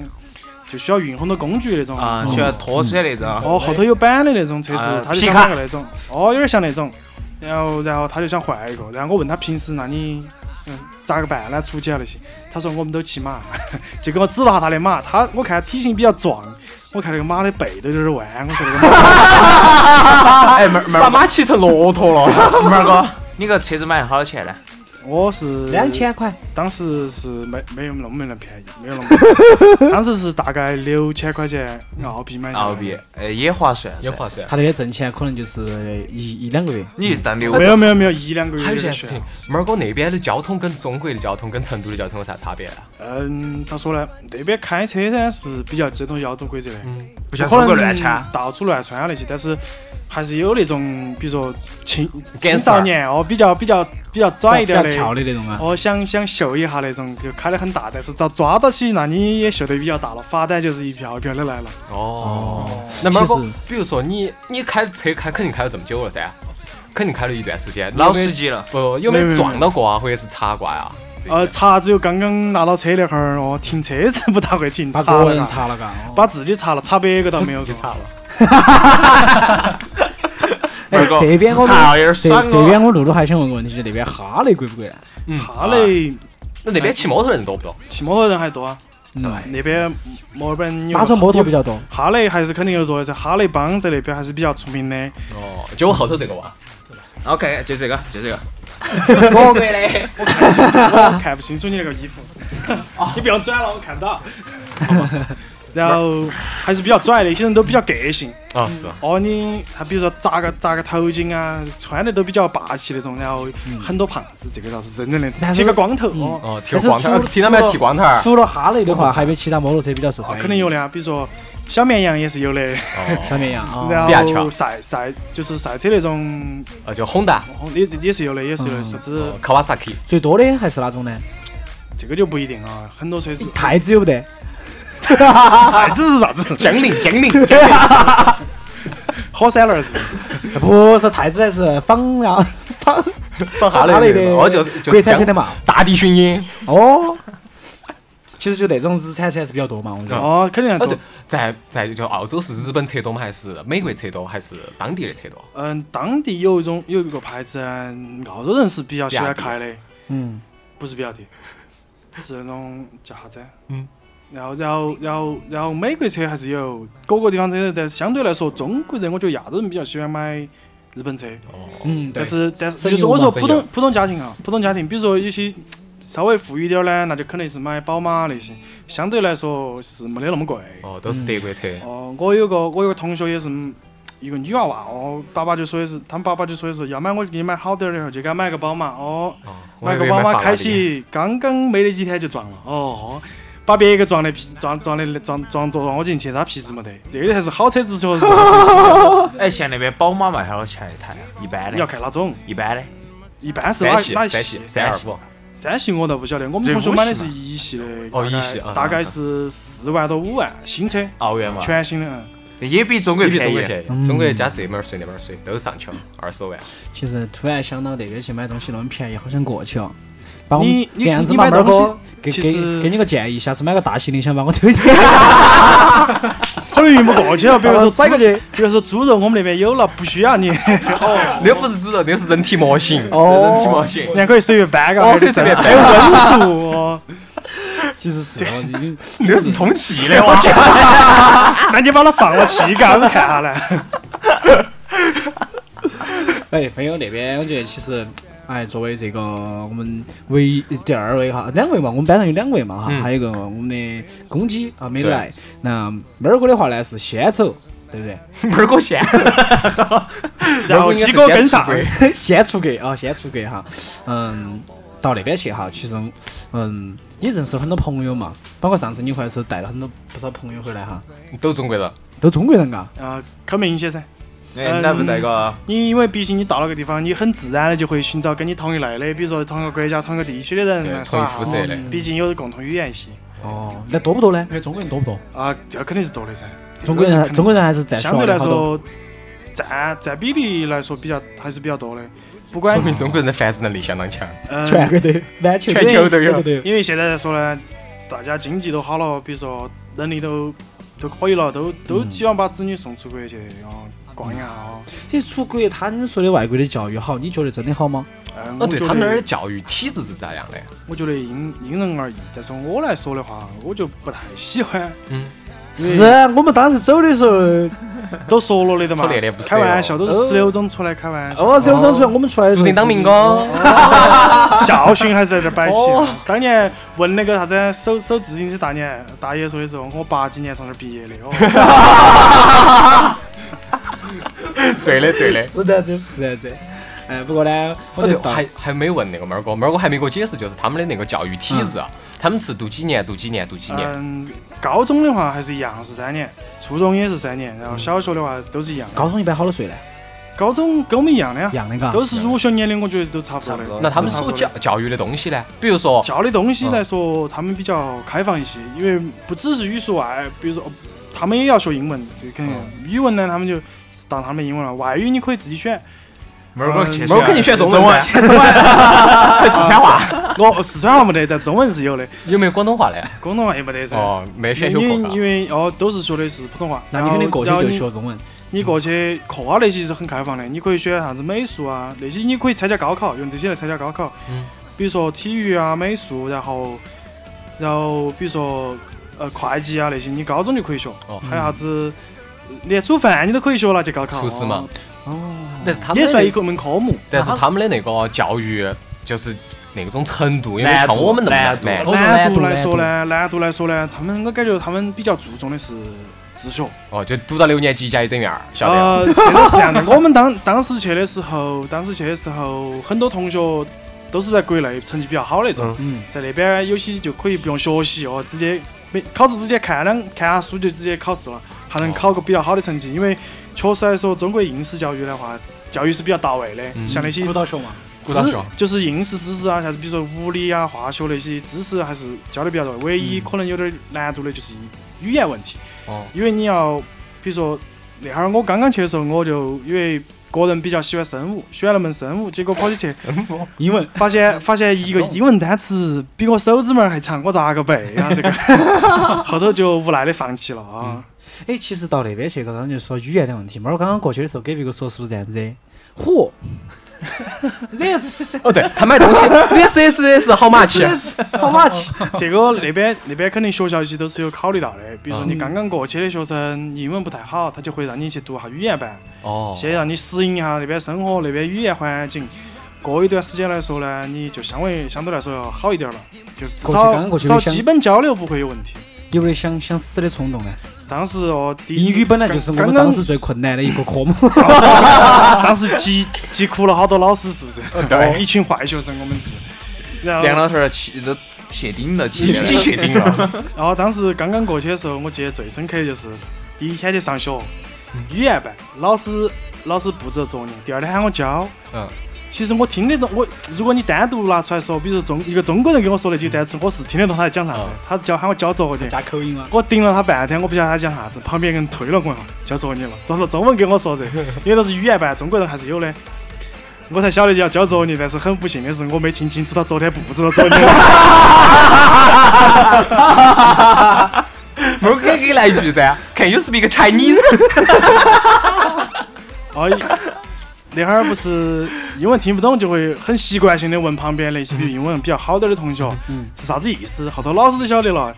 [SPEAKER 4] 就需要运很多工具那种，
[SPEAKER 5] 啊，喜欢拖车那种，
[SPEAKER 4] 哦，后头有板的那种车
[SPEAKER 5] 啊
[SPEAKER 4] 子，他就想买个那种，哦，有点像那种，然后然后他就想换一个，然后我问他平时那你嗯咋个办呢？出去啊那些，他说我们都骑马， 就给我指了下他的马，他我看体型比较壮，我看那个马的背都有点弯，我说那个 马
[SPEAKER 5] 哎，妹儿妹
[SPEAKER 2] 把
[SPEAKER 5] 儿
[SPEAKER 2] 马骑成骆 驼了。
[SPEAKER 5] 妹儿哥，你个车子买了好多钱呢？
[SPEAKER 4] 我是
[SPEAKER 3] 两，千块，
[SPEAKER 4] 当时是没没有那么那么便宜，没有那么便宜，当时是大概六千块钱澳币买下来
[SPEAKER 5] 嗯澳币，，
[SPEAKER 1] 呃
[SPEAKER 5] 哎，也划算，
[SPEAKER 2] 也划算。
[SPEAKER 3] 他那些挣钱可能就是一一两个月。
[SPEAKER 5] 你
[SPEAKER 2] 嗯
[SPEAKER 5] 当六
[SPEAKER 4] 没有没有没有一两个月
[SPEAKER 2] 还有一
[SPEAKER 4] 点
[SPEAKER 2] 件事
[SPEAKER 4] 悬
[SPEAKER 2] 情，猫儿哥那边的交通跟中国的交通跟成都的交通有啥差别啊？
[SPEAKER 4] 嗯，咋说呢？那边开车噻是比较遵从交通规则的，
[SPEAKER 2] 嗯，
[SPEAKER 5] 不像中国乱掐，
[SPEAKER 4] 到处乱窜啊那些，但是还是有那种，比如说青青
[SPEAKER 2] Gangster
[SPEAKER 4] 少年哦，比较比较比较拽一点
[SPEAKER 3] 比较翘
[SPEAKER 4] 的，
[SPEAKER 3] 的那种啊。
[SPEAKER 4] 哦，想想秀一下那种，就开得很大，但是遭抓到起，那你也秀得比较大了，罚单就是一票一票的来了。
[SPEAKER 2] 哦，那猫儿哥
[SPEAKER 3] 其实，
[SPEAKER 2] 比如说你你开车开肯定开了这么久了噻，肯定开了一段时间，
[SPEAKER 5] 老
[SPEAKER 2] 你有没有
[SPEAKER 5] 司机了。
[SPEAKER 2] 不哦有没
[SPEAKER 4] 没
[SPEAKER 2] 有
[SPEAKER 4] 有
[SPEAKER 2] 撞到过啊，或者是擦挂啊？这些
[SPEAKER 4] 呃，查只有刚刚拿到车那会儿，哦，停车子不大会停，
[SPEAKER 3] 把
[SPEAKER 4] 查
[SPEAKER 3] 个人
[SPEAKER 4] 了
[SPEAKER 3] 查
[SPEAKER 4] 下，
[SPEAKER 3] 了嘎。哦
[SPEAKER 4] 把自己查了，查别个倒没有
[SPEAKER 2] 自
[SPEAKER 4] 过
[SPEAKER 2] 己。擦了。
[SPEAKER 3] 哎，这边我们
[SPEAKER 2] 啊
[SPEAKER 1] 操，有点
[SPEAKER 3] 这
[SPEAKER 1] 爽
[SPEAKER 3] 这
[SPEAKER 1] 哦。
[SPEAKER 3] 边我露露还想问个问题，就那边哈雷贵不贵呢？
[SPEAKER 2] 嗯，
[SPEAKER 4] 哈雷
[SPEAKER 2] 那那边骑摩托的人多不多？
[SPEAKER 4] 骑摩托人还多啊，
[SPEAKER 3] 对，
[SPEAKER 4] 那边墨尔本有
[SPEAKER 3] 搭嗯
[SPEAKER 4] 个
[SPEAKER 3] 乘摩托比较多。
[SPEAKER 4] 哈雷还是肯定有多的噻，哈雷帮在那边还是比较出名的。
[SPEAKER 2] 哦，就我后头这个哇，
[SPEAKER 5] OK，就这个，就这个。
[SPEAKER 2] 魔鬼的。啊
[SPEAKER 4] 我看不清楚你那个衣服，
[SPEAKER 2] 哦
[SPEAKER 4] 你不要转了，我看不到。 然后还是比较拽的，有些人都比较个性。
[SPEAKER 2] 啊，是。
[SPEAKER 4] 哦，你他比如说扎个扎个头巾啊，穿的都比较霸气那种，然后很多胖子，这个倒是真正的。
[SPEAKER 3] 但是
[SPEAKER 4] 剃个光头，哦，
[SPEAKER 2] 哦，剃个光头，
[SPEAKER 3] 嗯但是除
[SPEAKER 2] 听到没有？剃光头儿。
[SPEAKER 3] 除了哈雷的话，还有没有其他摩托车比较受欢迎？
[SPEAKER 4] 哦肯定有的啊，比如说小绵羊也是有的，
[SPEAKER 2] 哦
[SPEAKER 3] 小绵羊啊，
[SPEAKER 4] 然
[SPEAKER 2] 比亚乔
[SPEAKER 4] 后赛赛就是赛车那种
[SPEAKER 2] 呃，就 Honda、
[SPEAKER 4] 哦也也是有的，也是有
[SPEAKER 2] 嗯
[SPEAKER 4] 的，甚至
[SPEAKER 2] Kawasaki，
[SPEAKER 3] 最多的还是哪种呢？
[SPEAKER 4] 这个就不一定啊，很多车
[SPEAKER 2] 嗯
[SPEAKER 4] 是
[SPEAKER 3] 太子有不得，
[SPEAKER 4] 太子是啥子？
[SPEAKER 2] 江铃、江铃、
[SPEAKER 4] 火山轮是
[SPEAKER 3] 呃不是太子还是仿 呀仿
[SPEAKER 2] 放哈
[SPEAKER 3] 哈
[SPEAKER 2] 雷
[SPEAKER 3] 雷
[SPEAKER 2] 的，
[SPEAKER 3] 的
[SPEAKER 2] 哦，就是就
[SPEAKER 3] 国
[SPEAKER 2] 是
[SPEAKER 3] 产
[SPEAKER 2] 江
[SPEAKER 3] 车的嘛？
[SPEAKER 2] 大地巡演。
[SPEAKER 3] 哦，其实就那种日产车还是比较多嘛，我觉得。
[SPEAKER 4] 哦，肯定
[SPEAKER 2] 哦，
[SPEAKER 4] 多
[SPEAKER 2] 对。，在在就澳洲是日本车多吗？还是美国车多？还是当地的车多？
[SPEAKER 4] 嗯，当地有一种有一个牌子，嗯澳洲人是比较喜欢开的，
[SPEAKER 3] 嗯，
[SPEAKER 4] 不是比 亚迪，是那种叫啥子？
[SPEAKER 2] 嗯。
[SPEAKER 4] 然后，然后，然后，然后，美国车还是有，各个地方车，但是相对来说，中国人我觉得亚洲人比较喜欢买日本车。
[SPEAKER 2] 哦，
[SPEAKER 3] 嗯，对
[SPEAKER 4] 但，是，但是
[SPEAKER 3] 省
[SPEAKER 4] 就是
[SPEAKER 3] 油
[SPEAKER 4] 我
[SPEAKER 3] 嘛
[SPEAKER 4] 说
[SPEAKER 2] 省油
[SPEAKER 4] 普通普通家庭啊，普通家庭，比如说有些稍微富裕点儿呢，那就肯定是买宝马那些，相对来说是没得那么贵。
[SPEAKER 2] 哦，都是德国车。
[SPEAKER 4] 哦，我有个我有个同学也是嗯一个女娃娃，哦，爸爸就说的是，他们爸爸就说的是，要买我就给你买好点儿的，就给她买个宝马，哦，
[SPEAKER 2] 哦，我还
[SPEAKER 4] 买
[SPEAKER 2] 以
[SPEAKER 4] 个
[SPEAKER 2] 为
[SPEAKER 4] 宝
[SPEAKER 2] 买
[SPEAKER 4] 马
[SPEAKER 2] 法拉
[SPEAKER 4] 开
[SPEAKER 2] 利。
[SPEAKER 4] 启，刚刚没得几天就撞了，哦，把别个撞的皮撞撞的撞撞撞我进去，他皮子没得，这个还是好车子， 确实是
[SPEAKER 5] 哎，现在那边宝马卖好多钱一台啊？一般
[SPEAKER 4] 你要
[SPEAKER 5] 的，
[SPEAKER 4] 看哪种，
[SPEAKER 5] 一般的，
[SPEAKER 4] 一般是哪
[SPEAKER 2] 三系、
[SPEAKER 4] 哪
[SPEAKER 2] 三系、三二五，
[SPEAKER 4] 三系我倒不晓得，我们
[SPEAKER 5] 这
[SPEAKER 4] 同学
[SPEAKER 5] 五
[SPEAKER 4] 买的
[SPEAKER 5] 系
[SPEAKER 4] 是
[SPEAKER 5] 嘛
[SPEAKER 4] 一系的，
[SPEAKER 2] 哦
[SPEAKER 4] 大概
[SPEAKER 2] 一系啊
[SPEAKER 4] 大概
[SPEAKER 2] 啊
[SPEAKER 4] 是四万到五万新车，
[SPEAKER 5] 奥运嘛，
[SPEAKER 4] 全新的，嗯
[SPEAKER 5] 也比中国
[SPEAKER 2] 比
[SPEAKER 5] 便
[SPEAKER 2] 中国
[SPEAKER 5] 宜。
[SPEAKER 2] 便宜，中国加这门儿税那门儿税都上去了，二十万。
[SPEAKER 3] 其实突然想到那边去买东西那么便宜，好想过去哦。把我
[SPEAKER 4] 你
[SPEAKER 3] 们
[SPEAKER 4] 你
[SPEAKER 3] 这样子
[SPEAKER 4] 你
[SPEAKER 3] 嘛，
[SPEAKER 4] 买
[SPEAKER 3] 猫
[SPEAKER 4] 东
[SPEAKER 3] 哥
[SPEAKER 4] 西
[SPEAKER 3] 给
[SPEAKER 4] 其
[SPEAKER 3] 给
[SPEAKER 4] 实
[SPEAKER 3] 给你个建议，下次买个大行李箱把我推荐。
[SPEAKER 4] 可能运不过去了，啊比如说
[SPEAKER 3] 甩过去，
[SPEAKER 4] 比如说猪肉我们那边有了，不需要你，
[SPEAKER 2] 那不是猪肉，那是人体模型，
[SPEAKER 3] 哦
[SPEAKER 2] 人体模型。
[SPEAKER 4] 你还可以随便搬嘎，
[SPEAKER 2] 哦
[SPEAKER 4] 还得
[SPEAKER 2] 随便
[SPEAKER 4] 还有温度哦。
[SPEAKER 3] 其实是我已经
[SPEAKER 2] 那是充气 的哇！
[SPEAKER 4] 那你把它放了气嘎，我们看下来。
[SPEAKER 3] 哎，朋友那边，我觉得其实，哎，作为这个我们唯一第二位哈，两位嘛，我们班上有两位嘛哈，
[SPEAKER 2] 嗯
[SPEAKER 3] 还有一个我们的公鸡啊没
[SPEAKER 2] 对
[SPEAKER 3] 来。那妹儿哥的话呢是先走，对不对？
[SPEAKER 2] 门儿哥 先，
[SPEAKER 4] 然后鸡哥跟上，
[SPEAKER 3] 先出国啊，先出国哈，嗯，到那边去哈，其实，嗯，也认识了很多朋友嘛，包括上次你回来的时候带了很多不少朋友回来哈，
[SPEAKER 2] 都中国人。
[SPEAKER 3] 都中国人嘎，
[SPEAKER 4] 啊，很明显噻。
[SPEAKER 5] 哎，那不那个，
[SPEAKER 2] 嗯
[SPEAKER 4] 你因为毕竟你到了个地方，你很自然的就会寻找跟你同一类的，比如说同一个国家、同一个地区的人
[SPEAKER 2] 对
[SPEAKER 4] 来耍
[SPEAKER 2] 同一肤色的
[SPEAKER 4] 哦毕竟有共同语言系
[SPEAKER 3] 哦，那多不多呢？
[SPEAKER 6] 哎，中国人多不多？
[SPEAKER 4] 啊，这肯定是多的噻。
[SPEAKER 3] 中国人，中国人还是占
[SPEAKER 4] 相对来
[SPEAKER 3] 好多，
[SPEAKER 4] 说，占占比例来说比较还是比较多的。不管
[SPEAKER 2] 说明中国人的繁殖能力相当强。
[SPEAKER 4] 嗯，
[SPEAKER 3] 全国 都满球
[SPEAKER 2] 全球都有
[SPEAKER 3] 都有，
[SPEAKER 4] 因为现在来说呢，大家经济都好了，比如说能力都都可以了，都都
[SPEAKER 3] 嗯
[SPEAKER 4] 希望把子女送出国去哦，逛一下哦。
[SPEAKER 3] 其实出国他们说的外国的教育好，你觉得真的好吗？
[SPEAKER 4] 嗯，
[SPEAKER 2] 哦，
[SPEAKER 4] 我
[SPEAKER 2] 对
[SPEAKER 4] 觉
[SPEAKER 2] 他们那儿
[SPEAKER 4] 得
[SPEAKER 2] 的教育体制是咋样的？
[SPEAKER 4] 我觉得因因人而异，但是我来说的话，我就不太喜欢。
[SPEAKER 3] 是啊我们当时走的时候，
[SPEAKER 4] 都说了的的嘛
[SPEAKER 2] 说那点不，是
[SPEAKER 4] 开玩笑，
[SPEAKER 2] 哦
[SPEAKER 4] 都是十六中出来开玩笑，
[SPEAKER 3] 哦，走走出来，我们出来的时
[SPEAKER 2] 注
[SPEAKER 3] 候
[SPEAKER 2] 定当民工。
[SPEAKER 4] 校训还是在这儿摆起。当年问那个啥子手手自行车大年大爷说的时候，我八几年从那儿毕业的。哦
[SPEAKER 2] 对的，对的。
[SPEAKER 3] 是的，这是的， 这，哎，不过呢，
[SPEAKER 2] 哦，
[SPEAKER 3] 我
[SPEAKER 2] 对
[SPEAKER 3] 就，到
[SPEAKER 2] 还还没问那个猫儿哥，猫儿哥还没给我解释，就是他们的那个教育体制啊，他们是读几年，读几年，读几年。
[SPEAKER 4] 嗯，高中的话还是一样是三年，初中也是三年，然后小学的话都是一样的。
[SPEAKER 3] 高中一般好多岁呢，
[SPEAKER 4] 高中跟我们一样的呀
[SPEAKER 3] 一，样的嘎，
[SPEAKER 4] 都是入学年龄，我觉得都差不多
[SPEAKER 5] 差不多
[SPEAKER 4] 的。
[SPEAKER 2] 那他们所教教育的东西呢？比如说，
[SPEAKER 4] 教的东西来说，他们比较开放一些，因为不只是语数外，比如说哦他们也要学英文，这肯定。语文呢，他们就当他们英文了。外语你可以自己选，
[SPEAKER 5] 猫儿哥去
[SPEAKER 2] 嗯猫儿哥你选中文啊噻， 还是四川话？
[SPEAKER 4] 我四川话没得，但中文是有的，
[SPEAKER 2] 有没有广东话呢？
[SPEAKER 4] 广东话也没得噻。
[SPEAKER 2] 哦，没选修
[SPEAKER 4] 因
[SPEAKER 2] 过
[SPEAKER 4] 为
[SPEAKER 2] 嘎。
[SPEAKER 4] 因为哦，都是学的是普通话。
[SPEAKER 3] 那你肯定过去
[SPEAKER 4] 然后
[SPEAKER 3] 就
[SPEAKER 4] 你
[SPEAKER 3] 学中文。
[SPEAKER 4] 你过去课啊那些是很开放的，你可以选啥子美术啊那些，你可以参加高考，用这些来参加高考。
[SPEAKER 2] 嗯。
[SPEAKER 4] 比如说体育啊、美术，然后，然后比如说呃会计啊那些，你高中就可以学。
[SPEAKER 2] 哦
[SPEAKER 4] 还有啥子，连煮饭你都可以学了，就高考。
[SPEAKER 2] 厨师嘛。
[SPEAKER 3] 哦，
[SPEAKER 2] 但是他们
[SPEAKER 4] 也
[SPEAKER 2] 的
[SPEAKER 4] 算
[SPEAKER 2] 那
[SPEAKER 4] 一个啊门科目。
[SPEAKER 2] 但是他们的那个教育就是那种程度，也没像我们那么
[SPEAKER 5] 难度
[SPEAKER 2] 难。
[SPEAKER 3] 哦
[SPEAKER 4] 难
[SPEAKER 3] 难
[SPEAKER 4] 度
[SPEAKER 3] 度
[SPEAKER 4] 来说呢，难度来说呢，他们我感觉他们比较注重的是自学。
[SPEAKER 2] 哦，就读到六年级加一等于二，晓得？
[SPEAKER 4] 呃，这个是这样的，我们当 当时去的时候，当时去的时候，很多同学都是在国内成绩比较好那种，
[SPEAKER 3] 嗯
[SPEAKER 4] 在那边有些就可以不用学习哦，直接没考试之前看两看下书就直接考试了，还能考个比较好的成绩。因为确实来说，中国应试教育的话，教育是比较到位的，
[SPEAKER 2] 嗯
[SPEAKER 4] 像那些
[SPEAKER 3] 鼓捣学嘛，
[SPEAKER 2] 鼓捣学，
[SPEAKER 4] 就是应试知识啊，啥子，比如说物理啊、化学那些知识还是教的比较多。唯一可能有点难度的就是语言问题，
[SPEAKER 2] 哦
[SPEAKER 4] 因为你要，比如说那会儿我刚刚去的时候，我就因为个人比较喜欢生物，选了门生物，结果跑起去
[SPEAKER 3] 英文
[SPEAKER 4] 发现发现一个英文单词比我手指拇儿还长，我咋个背啊？这个 后头就无奈的放弃了啊。
[SPEAKER 3] 哎，其实到那边去，刚刚就说语言的问题嘛。我刚刚过去的时候给别个说是不是这样子的？ 嚯，
[SPEAKER 2] 哦，对他买东西，VSS 好马气，
[SPEAKER 4] 好嘛， 这个那边那边肯定学校一些都是有考虑到的，比如说你刚刚过去的学生英文不太好，他就会让你去读下语言班，
[SPEAKER 2] 哦，
[SPEAKER 4] 先让你适应一下那边生活、那边语言环境。过一段时间来说呢，你就相为相对来说要好一点了，就至
[SPEAKER 3] 过去刚刚
[SPEAKER 4] 少
[SPEAKER 3] 过
[SPEAKER 4] 至
[SPEAKER 3] 去
[SPEAKER 4] 少
[SPEAKER 3] 想
[SPEAKER 4] 基本交流不会有问题。
[SPEAKER 3] 有没得想想死的冲动呢？
[SPEAKER 4] 当时哦，第一
[SPEAKER 3] 英语本来就是我
[SPEAKER 4] 刚
[SPEAKER 3] 们
[SPEAKER 4] 刚
[SPEAKER 3] 当时最困难的一个科目。
[SPEAKER 4] 当时急急哭了好多老师，是不是？哦
[SPEAKER 2] 对
[SPEAKER 4] 一群坏学生，我们是。然
[SPEAKER 5] 梁
[SPEAKER 4] 后，
[SPEAKER 5] 老头儿气都铁顶了，
[SPEAKER 2] 已
[SPEAKER 5] 气
[SPEAKER 2] 经确定 了，
[SPEAKER 4] 然后当时刚刚过去的时候，我记得最深刻的就是第一天去上学，
[SPEAKER 2] 嗯
[SPEAKER 4] 语言班，老师老师布置了作业，第二天喊我交。
[SPEAKER 2] 嗯。
[SPEAKER 4] 其实我听得懂，我如果你单独拿出来说，比如说中一个中国人给我说那几个单词，我是听得懂他在讲啥的
[SPEAKER 2] 嗯。
[SPEAKER 4] 他教喊我交作 业，
[SPEAKER 3] 加口音啊！
[SPEAKER 4] 我盯了他半天，我不晓得他讲啥子，旁边一个人推了我一下，交作业了，找到中文给 我说噻，因为都是语言班，中国人还是有的。我才晓得要交作业，但是很不幸的是，我没听清楚他昨天布置了作业。
[SPEAKER 2] 不是可以给来一句噻？Can you speak Chinese？
[SPEAKER 4] 哦，那会儿不是英文听不懂，就会很习惯性的问旁边那些比如英文比较好点儿的同学，
[SPEAKER 2] 嗯
[SPEAKER 4] 是啥子意思？后头老师都晓得了。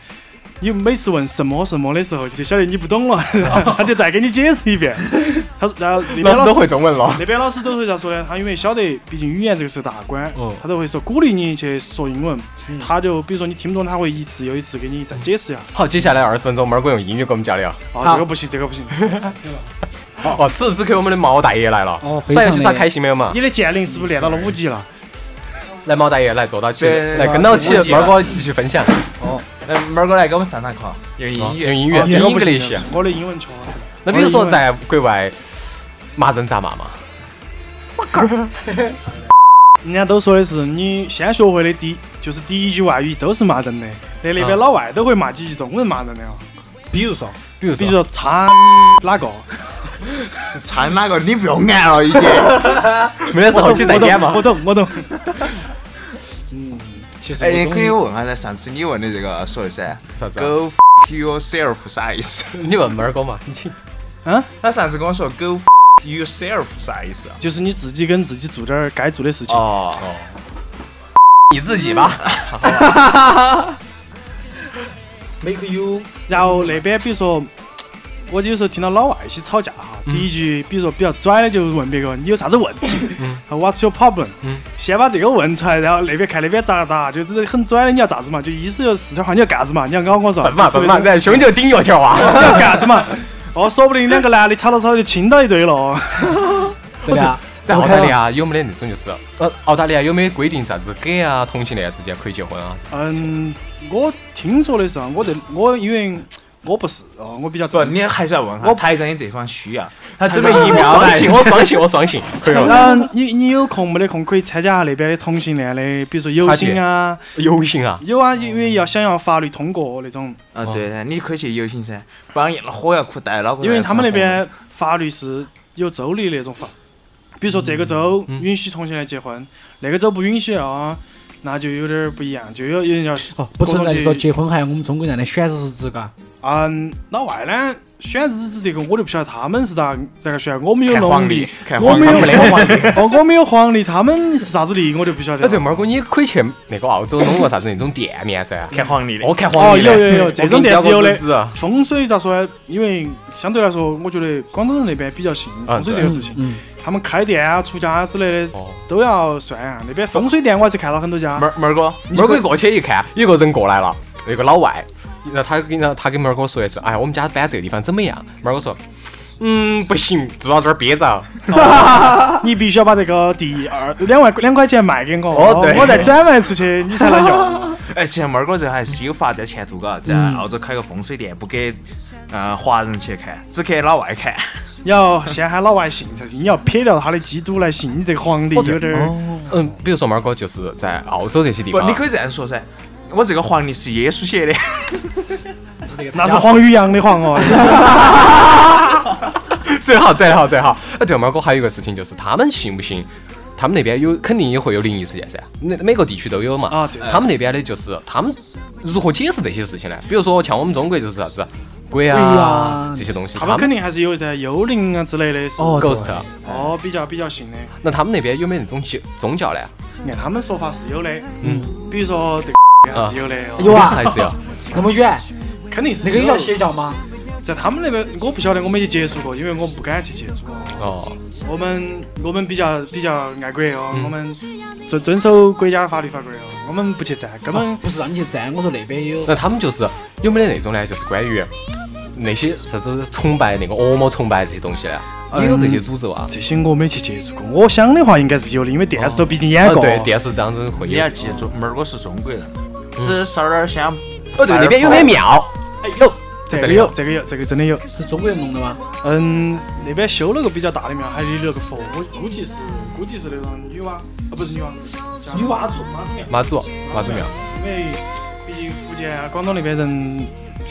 [SPEAKER 4] 你每次问什么什么的时候，就晓得你不 懂了，他就再给你解释一遍。他说，然后那边
[SPEAKER 2] 老师
[SPEAKER 4] 老
[SPEAKER 2] 都
[SPEAKER 4] 师
[SPEAKER 2] 会中文了。
[SPEAKER 4] 那边老师都会咋说呢？他因为晓得，毕竟语言这个是大关，
[SPEAKER 2] 哦嗯
[SPEAKER 4] 他都会说鼓励你去说英文。他就比如说你听不懂，他会一次又一次给你再解释一下。
[SPEAKER 2] 好，接下来二十分钟，猫儿哥用英语给我们交流。
[SPEAKER 4] 啊，这个不行，这个不行。
[SPEAKER 2] 哦，此时此刻我们的毛大爷来了。
[SPEAKER 3] 哦，非
[SPEAKER 2] 大家
[SPEAKER 3] 常
[SPEAKER 2] 去耍开心没有嘛？
[SPEAKER 4] 你的剑灵是不是练到了五级了？
[SPEAKER 2] 来，毛大爷来坐到起，
[SPEAKER 5] 对
[SPEAKER 2] 来跟到起，猫儿哥继续分享。
[SPEAKER 5] 来，哎猫儿哥来给我们上堂课，用英语。
[SPEAKER 2] 用英语，
[SPEAKER 4] 哦这个
[SPEAKER 2] 用
[SPEAKER 4] 不
[SPEAKER 2] English 啊
[SPEAKER 4] 行。，我的英文确啊实。
[SPEAKER 2] 那比如说在国外骂人咋骂嘛？
[SPEAKER 4] 人家都说的是你先学会的第就是第一句外语都是骂人的，在那边老外都会骂几句中文骂人的哦，
[SPEAKER 3] 比如说，
[SPEAKER 2] 比如
[SPEAKER 4] 比
[SPEAKER 2] 说
[SPEAKER 4] 如，说他哪个，
[SPEAKER 5] 掺哪哦个？你不用按了，已 经。
[SPEAKER 2] 没得事，后期再
[SPEAKER 4] 我
[SPEAKER 2] 点
[SPEAKER 4] 懂
[SPEAKER 2] 嘛
[SPEAKER 4] 我。懂我懂，
[SPEAKER 3] 其实
[SPEAKER 5] 哎，
[SPEAKER 3] 我
[SPEAKER 5] 你可以
[SPEAKER 3] 懂
[SPEAKER 5] 问下噻，上次你问的这个说的噻
[SPEAKER 2] 啥子啊
[SPEAKER 5] ，Go f yourself 啥意思？
[SPEAKER 2] 你问猫儿哥嘛？你请。
[SPEAKER 5] 他上次跟我说 Go f yourself 啥意思啊？
[SPEAKER 4] 就是你自己跟自己做点儿该做的事情。
[SPEAKER 5] 哦，
[SPEAKER 2] 你自己 吧。
[SPEAKER 3] make you
[SPEAKER 4] 然后那边比如说，我有时候听到老外一起吵架哈，第一句比如说比较拽的就问别个你有啥子问题、w h a t s your problem？、
[SPEAKER 2] 嗯
[SPEAKER 4] 先把这个问出来，然后那边看那边咋打，就是很拽的你要咋子嘛，就意思就是四川话你要干子嘛，你要咬我嗦，
[SPEAKER 2] 怎么嘛怎么嘛？
[SPEAKER 4] 你
[SPEAKER 2] 这胸就顶药球啊！
[SPEAKER 4] 要干子嘛。哦，说不定两个男的吵着吵着就亲到一堆了哦。
[SPEAKER 3] 对吧？
[SPEAKER 2] 在澳大利 亚有没得那种就是，呃，澳大利亚有没有规定啥子 gay 啊同性恋之间可以结婚啊？
[SPEAKER 4] 嗯，我听说的是啊，我这我因为我不是哦，我比较
[SPEAKER 5] 不，
[SPEAKER 4] 专。
[SPEAKER 5] 你还是要问下
[SPEAKER 4] 我
[SPEAKER 5] 台长，你这方啊需要。
[SPEAKER 2] 他准备 疫苗
[SPEAKER 5] 来
[SPEAKER 2] 我双性，我双 性，可以了。
[SPEAKER 4] 然后你你有空没得空可以参加下那边的同性恋的，比如说游行啊。
[SPEAKER 2] 游行啊，
[SPEAKER 4] 有啊，因为要想要法律通过那种，
[SPEAKER 5] 啊，
[SPEAKER 2] 哦
[SPEAKER 5] 对的，你可以去游行噻，不然火药库带脑壳。
[SPEAKER 4] 因为他们那边法律是有州的那种法，比如说这个州
[SPEAKER 2] 嗯
[SPEAKER 4] 允许同性恋结婚，那个州不允许啊，那就有点儿不一样，就有有人要
[SPEAKER 3] 哦，不存在就说
[SPEAKER 4] 各种去
[SPEAKER 3] 结婚还有我们中国人的选日子嘎。
[SPEAKER 4] 啊，老外呢选日子这个我就不晓得他们是咋咋个选，我们有
[SPEAKER 5] 看
[SPEAKER 4] 农
[SPEAKER 5] 黄
[SPEAKER 4] 历
[SPEAKER 5] 历，，看
[SPEAKER 4] 我
[SPEAKER 5] 黄历
[SPEAKER 4] 们有
[SPEAKER 2] 他们没得黄历
[SPEAKER 4] 哦，我们有黄历，他们是啥子历我就不晓得
[SPEAKER 2] 哎，对，
[SPEAKER 4] 了。
[SPEAKER 2] 猫儿哥，你可以去那个澳洲弄个啥子那种店面�噻。
[SPEAKER 1] 看黄历的。
[SPEAKER 2] 我看黄
[SPEAKER 4] 哦，
[SPEAKER 2] 历
[SPEAKER 4] 有
[SPEAKER 2] 嘞，
[SPEAKER 4] 有有，这种店是有的。
[SPEAKER 2] 的。
[SPEAKER 4] 风水咋说呢？因为相对来说，我觉得广东人那边比较信
[SPEAKER 5] 啊
[SPEAKER 4] 风水这个事情，
[SPEAKER 3] 嗯，
[SPEAKER 4] 他们开店啊、出家啊之类的
[SPEAKER 2] 哦
[SPEAKER 4] 都要算啊。那边风水店我还是看到很多家
[SPEAKER 5] 门，儿门儿哥，
[SPEAKER 2] 猫儿哥一过去一看，有个人过来了，有个老外，然后他跟然后他跟猫儿哥说的是，哎，我们家搬这个地方怎么样？猫儿哥说，嗯，不行，住到这儿憋着。
[SPEAKER 4] 你必须要把这个第二两万两块钱卖给我，
[SPEAKER 2] 哦对
[SPEAKER 4] 我再转卖出去，你才能用。
[SPEAKER 5] 哎，其实猫儿哥这还是有发展前途嘎，在澳洲开个风水店，不给呃华人去看，只给老外看。
[SPEAKER 4] 你要先喊老外信才行，你要撇掉他的基督来信，你这个皇
[SPEAKER 5] 哦
[SPEAKER 4] 帝有点儿。
[SPEAKER 2] 嗯，比如说猫儿哥就是在澳洲这些地
[SPEAKER 5] 不，
[SPEAKER 2] 方，
[SPEAKER 5] 你可以这样说噻，我这个皇帝是耶稣写的，
[SPEAKER 4] 那是黄宇阳的黄哦，
[SPEAKER 2] 最好最好最好。哎，对，猫哥还有一个事情就是，他们信不信？他们那边有肯定也会有灵异事件噻，每每个地区都有嘛。
[SPEAKER 4] 啊对
[SPEAKER 2] 他们那边的就是他们如何解释这些事情呢？比如说像我们中国就是啥子鬼
[SPEAKER 3] 鬼
[SPEAKER 2] 啊
[SPEAKER 3] 啊
[SPEAKER 2] 这些东西，
[SPEAKER 4] 他们肯定还是有噻，幽灵啊之类的是。
[SPEAKER 3] 哦
[SPEAKER 2] ghost。
[SPEAKER 4] 哦，比较比较信的。
[SPEAKER 2] 那他们那边有没有那种宗宗教呢？
[SPEAKER 4] 按他们说法是有的，
[SPEAKER 2] 嗯，
[SPEAKER 4] 比如说这个还是有的，哦
[SPEAKER 3] 有啊
[SPEAKER 2] 还是有？
[SPEAKER 3] 那么远，
[SPEAKER 4] 肯定是
[SPEAKER 3] 那个也
[SPEAKER 4] 有
[SPEAKER 3] 叫邪教吗？
[SPEAKER 4] 在他们那边，我不晓得，我没去接触过，因为我不敢去接触。
[SPEAKER 2] 哦，
[SPEAKER 4] 我们我们比较比较爱国哦，
[SPEAKER 3] 嗯
[SPEAKER 4] 我们遵遵守国家法律法规哦，我们不去站，根本
[SPEAKER 3] 不是让你去站，我说那边也有。
[SPEAKER 2] 那他们就是有没得那种呢？就是关于那些啥子崇拜那个恶魔崇拜这些东西呢？
[SPEAKER 4] 嗯
[SPEAKER 2] 也有这些诅咒啊？
[SPEAKER 4] 这些我没去接触过。我想的话应该是有的，因为电视都毕竟演
[SPEAKER 3] 哦
[SPEAKER 2] 啊，
[SPEAKER 4] 过。
[SPEAKER 2] 对，电视当中 会
[SPEAKER 5] 你
[SPEAKER 2] 有
[SPEAKER 5] 要。记住，猫儿哥是中国人，这烧点香。
[SPEAKER 2] 哦，对，那边有没有庙？哎有，
[SPEAKER 4] 这
[SPEAKER 2] 这
[SPEAKER 4] 个
[SPEAKER 2] 里有
[SPEAKER 4] 有，这个有，这个真的有。
[SPEAKER 3] 是中国人弄的吗？
[SPEAKER 4] 嗯，那边修了个比较大的庙，还立了个佛，我估计是估计是那种女娲，啊不是女娲，叫
[SPEAKER 3] 女娲
[SPEAKER 4] 祖妈祖庙。
[SPEAKER 2] 妈祖，啊妈祖庙。
[SPEAKER 4] 因为毕竟福建啊、广东那边人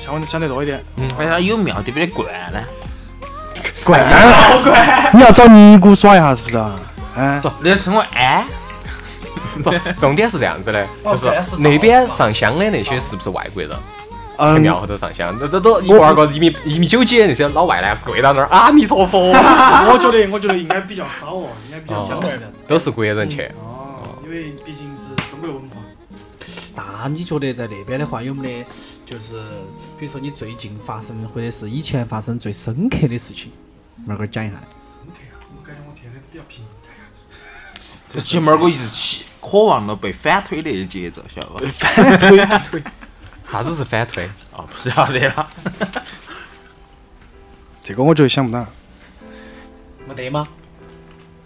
[SPEAKER 4] 相相对多一点。
[SPEAKER 5] 哎呀，有庙得不得惯呢？
[SPEAKER 4] 怪 好哦怪！你要找尼姑耍一下是不是啊？哎，
[SPEAKER 5] 你要称我安？
[SPEAKER 4] 嗯
[SPEAKER 2] 不，重点是这样子 的，就
[SPEAKER 3] 哦
[SPEAKER 2] 是
[SPEAKER 3] 原来是
[SPEAKER 2] 那边上香的那些是不是外国人？去
[SPEAKER 4] 嗯，
[SPEAKER 2] 庙后头上香，那都都一个二个一米一米九几的那些老外呢，跪到那儿，啊阿弥陀 佛，
[SPEAKER 4] 我觉得我觉得应该比较少哦，应该比较少
[SPEAKER 2] 哦。都是国人去。
[SPEAKER 4] 哦，因为毕竟是中国文化。
[SPEAKER 3] 那你觉得在那边的话，有没得就是比如说你最近发生或者是以前发生最深刻的事情，慢慢讲一下。
[SPEAKER 4] 我感觉我天天比较平。
[SPEAKER 5] 其实猫儿哥一直期渴望了被反推的节奏，晓得吧？
[SPEAKER 2] 啥子是反推？
[SPEAKER 5] 哦，不晓得了。
[SPEAKER 4] 这个我觉得想不到，
[SPEAKER 3] 没得吗？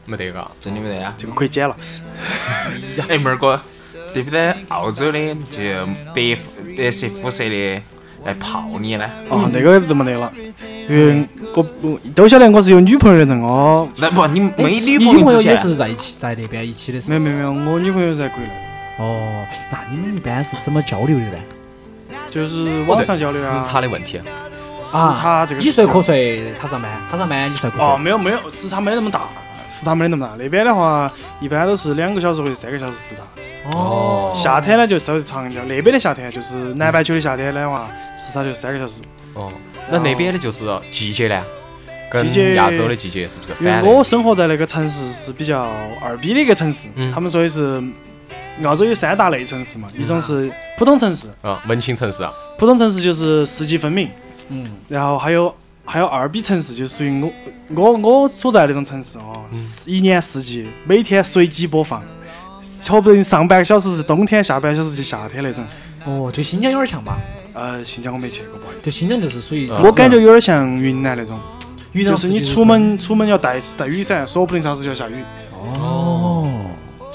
[SPEAKER 2] 没得个。
[SPEAKER 5] 真的没得啊？
[SPEAKER 4] 这个可以剪了。
[SPEAKER 5] 哎，妹儿哥，对不对？澳洲的就白白色肤色的来泡你呢？
[SPEAKER 4] 哦，那个就没得了，因为我我都晓得我是有女朋友的人，哦我
[SPEAKER 5] 那不，你没
[SPEAKER 3] 哎你
[SPEAKER 5] 女
[SPEAKER 3] 女
[SPEAKER 5] 朋友
[SPEAKER 3] 朋友
[SPEAKER 5] 之
[SPEAKER 3] 也
[SPEAKER 5] 前，
[SPEAKER 3] 是在一起，在那边一起的是吗？
[SPEAKER 4] 没有没有没有，我女朋友在国内，
[SPEAKER 3] 哦，那你们一般是怎么交流的呢？
[SPEAKER 4] 就是网上交流
[SPEAKER 2] 时
[SPEAKER 4] 啊。
[SPEAKER 2] 差的问题。
[SPEAKER 3] 啊，
[SPEAKER 4] 差这个
[SPEAKER 3] 你睡瞌睡，他上班，他上班你睡瞌睡。
[SPEAKER 4] 哦，没有没有，时差没那么大，时差没那么大。那边的话，一般都是两个小时或者三个小时时差。
[SPEAKER 3] 哦，
[SPEAKER 4] 夏天呢就稍微长一点，那边的夏天就是南半球的夏天的话，时差就三个小时。
[SPEAKER 2] 哦，那那边的就是季节呢，跟
[SPEAKER 4] 季节
[SPEAKER 2] 亚洲的季节是不是
[SPEAKER 4] 因为
[SPEAKER 2] 反
[SPEAKER 4] 我
[SPEAKER 2] 的？
[SPEAKER 4] 生活在那个城市是比较二逼的一个城市，
[SPEAKER 2] 嗯
[SPEAKER 4] 他们说的是澳洲有三大类城市嘛，一种是普通城市，
[SPEAKER 2] 啊，文青城市啊，
[SPEAKER 4] 普通城市就是四季分明，
[SPEAKER 3] 嗯，
[SPEAKER 4] 然后还有还有二逼城市，就属于我我我所在那种城市哦，
[SPEAKER 2] 嗯
[SPEAKER 4] 一年四季每天随机播放，说不定上半个小时是冬天，下半个小时就夏天那种。
[SPEAKER 3] 哦，就新疆有点像吧？
[SPEAKER 4] 呃，新疆我没去过，不好意思。
[SPEAKER 3] 就新疆就是属于
[SPEAKER 2] 啊
[SPEAKER 4] 我感觉有点像云南那种，
[SPEAKER 3] 云南
[SPEAKER 4] 就是你出门出门要带带雨伞，说不定啥时候就要下雨，
[SPEAKER 3] 哦，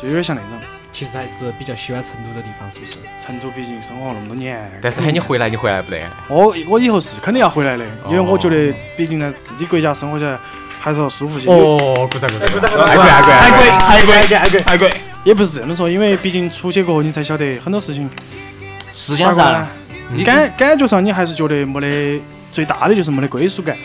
[SPEAKER 4] 就有点像那种。
[SPEAKER 3] 其实还是比较喜欢成都的地方，是不是？
[SPEAKER 4] 成都毕竟生活那么多年，
[SPEAKER 2] 但是喊你回来，你回来不得。啊
[SPEAKER 4] 我我以后是肯定要回来的，
[SPEAKER 2] 哦
[SPEAKER 4] 因为我觉得毕竟在自己国家生活起来还是要舒服些。
[SPEAKER 2] 哦，鼓掌鼓掌，哎鼓
[SPEAKER 5] 哎
[SPEAKER 2] 掌，爱国
[SPEAKER 5] 啊
[SPEAKER 2] 爱
[SPEAKER 5] 爱
[SPEAKER 2] 国爱国。
[SPEAKER 5] 贵，爱贵，爱贵，爱贵。
[SPEAKER 4] 也不是这么说，因为毕竟出去过后你才晓得很多事情。
[SPEAKER 5] 实际上，
[SPEAKER 4] 啊你感感觉上你还是觉得没得最大的就是没得归属感。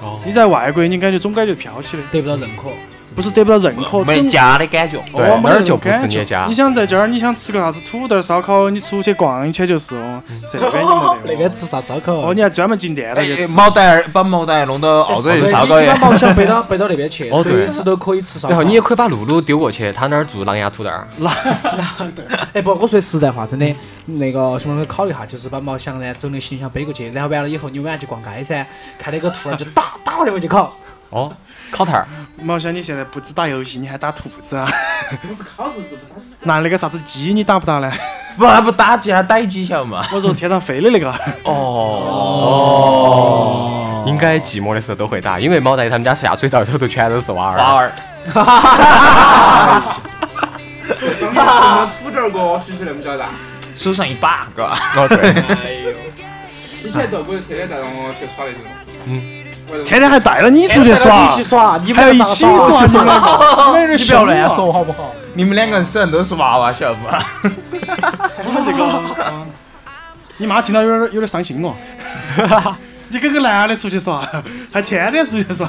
[SPEAKER 2] 哦
[SPEAKER 4] 你在外国，你感觉总感觉飘起的，
[SPEAKER 3] 得不到认可。
[SPEAKER 4] 不是得不到认可，
[SPEAKER 5] 没
[SPEAKER 4] 总
[SPEAKER 5] 家的感觉。
[SPEAKER 4] 哦
[SPEAKER 2] 对
[SPEAKER 4] 没
[SPEAKER 2] 那儿就
[SPEAKER 4] 种
[SPEAKER 2] 不
[SPEAKER 4] 感
[SPEAKER 2] 是你
[SPEAKER 4] 觉
[SPEAKER 2] 的家
[SPEAKER 4] 你想在这儿，你想吃个啥子土豆烧烤，你出去逛一圈就是哦。在这边你没得
[SPEAKER 3] 那
[SPEAKER 4] 哦。
[SPEAKER 3] 边吃啥烧
[SPEAKER 4] 哦，
[SPEAKER 3] 烤？
[SPEAKER 4] 你还专门进店了
[SPEAKER 5] 哎
[SPEAKER 4] 去吃
[SPEAKER 5] 哎，。毛蛋儿把毛蛋儿弄到澳洲去烧烤
[SPEAKER 3] 你
[SPEAKER 5] 去
[SPEAKER 3] 把。毛想背到背到那边去，
[SPEAKER 2] 哦对
[SPEAKER 3] 随时都可以吃烧烤。
[SPEAKER 2] 然后你也可以把露露丢过去，他那儿做狼牙土豆儿。
[SPEAKER 3] 哎，不，我说实在话，真的，那个熊猫可以考虑一下，就是把毛翔呢整的形象背过去，然后完了以后，你晚上去逛街噻，看那个兔儿就打打到那边就烤。
[SPEAKER 2] 哦，烤炭儿。
[SPEAKER 4] 毛翔，你现在不只打游戏，你还打兔子啊？那那个啥子鸡你打不打呢？
[SPEAKER 5] 不，还不 打鸡，还逮鸡，晓得嘛？
[SPEAKER 2] 哦
[SPEAKER 4] 我说天上飞的那个，
[SPEAKER 2] 哦哦，应该寂寞的时候都会打，因为毛大爷他们家下水道头头全都是娃
[SPEAKER 5] 娃
[SPEAKER 2] 儿。啊
[SPEAKER 5] 儿，哎
[SPEAKER 9] 刚刚土豆哥需求那么较大，
[SPEAKER 5] 手上一把个，
[SPEAKER 2] 哦 对，
[SPEAKER 9] 哎呦，以前豆哥就天天带着我去耍那种，嗯，
[SPEAKER 10] 天天还带着你出去耍
[SPEAKER 3] 一起，哦耍，你们
[SPEAKER 10] 还要一
[SPEAKER 3] 咋
[SPEAKER 10] 起耍，你们 两个，你
[SPEAKER 6] 你
[SPEAKER 10] 不
[SPEAKER 6] 不
[SPEAKER 10] 要
[SPEAKER 6] 要
[SPEAKER 10] 乱
[SPEAKER 6] 乱
[SPEAKER 10] 说。
[SPEAKER 6] 说好不好？
[SPEAKER 5] 你们两个人手上都是娃娃，晓得不？
[SPEAKER 4] 我们这个，啊你妈听到有点有点伤心 了。你跟个男的出去耍，还天天出去 耍，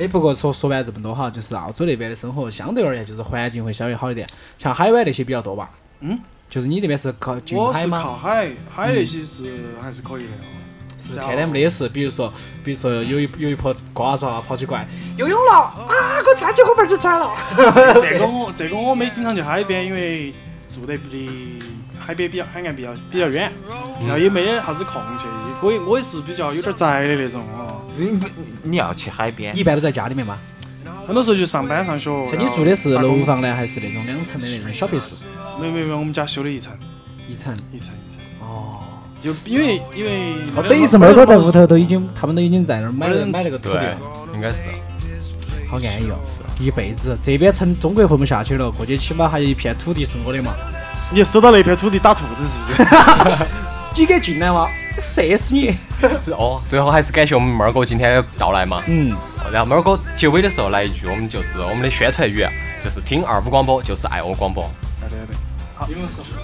[SPEAKER 3] 哎，不过说说完这么多哈，就是澳洲那边的生活相对而言就是环境会稍微好一点，像海湾那些比较多吧。
[SPEAKER 4] 嗯，
[SPEAKER 3] 就是你那边是靠近
[SPEAKER 4] 我
[SPEAKER 3] 海
[SPEAKER 4] 是
[SPEAKER 3] 吗？
[SPEAKER 4] 靠海，海那些是还是可以的哦。
[SPEAKER 3] 是天天没得事，比如说，比如说有一有一坨瓜子啊跑起过来，游泳了啊，给我穿起伙伴就出来了。
[SPEAKER 4] 这个我这个我没经常去海边，因为住得离海边比较海岸比较比较远，然后也没得啥子空去。我也我也是比较有点宅的那种哦，
[SPEAKER 5] 你不你要去海边
[SPEAKER 3] 你，一般都在家里面吗？
[SPEAKER 4] 很多时候就上班上学。
[SPEAKER 3] 像
[SPEAKER 4] 然
[SPEAKER 3] 你
[SPEAKER 4] 后
[SPEAKER 3] 住的是
[SPEAKER 4] 打工
[SPEAKER 3] 楼？房呢，还是那种两层的那种小别墅？
[SPEAKER 4] 没有没有没有，我们家修了一层
[SPEAKER 3] 一层
[SPEAKER 4] 一层一层，
[SPEAKER 3] 哦。
[SPEAKER 4] 就因为因为
[SPEAKER 3] 哦，等于是妹儿哥在屋头都已经，他们都已经在那儿买了
[SPEAKER 4] 嗯
[SPEAKER 3] 买了个土地
[SPEAKER 2] 对
[SPEAKER 3] 了，，
[SPEAKER 2] 应该是。
[SPEAKER 3] 好安逸哦，一辈子。这边从中国混不下去了，过去起码还有一片土地是我的嘛。
[SPEAKER 4] 你收到那片土地打兔子是 不是？
[SPEAKER 3] 你敢进来吗？射死你！
[SPEAKER 2] 哦，最后还是感谢我们妹儿哥今天的到来嘛。
[SPEAKER 3] 嗯，
[SPEAKER 2] 然后猫儿哥结尾的时候来一句，我们就是我们的宣传语，啊就是听二五广播就是爱我广播，
[SPEAKER 4] 好的好的，好，你们说。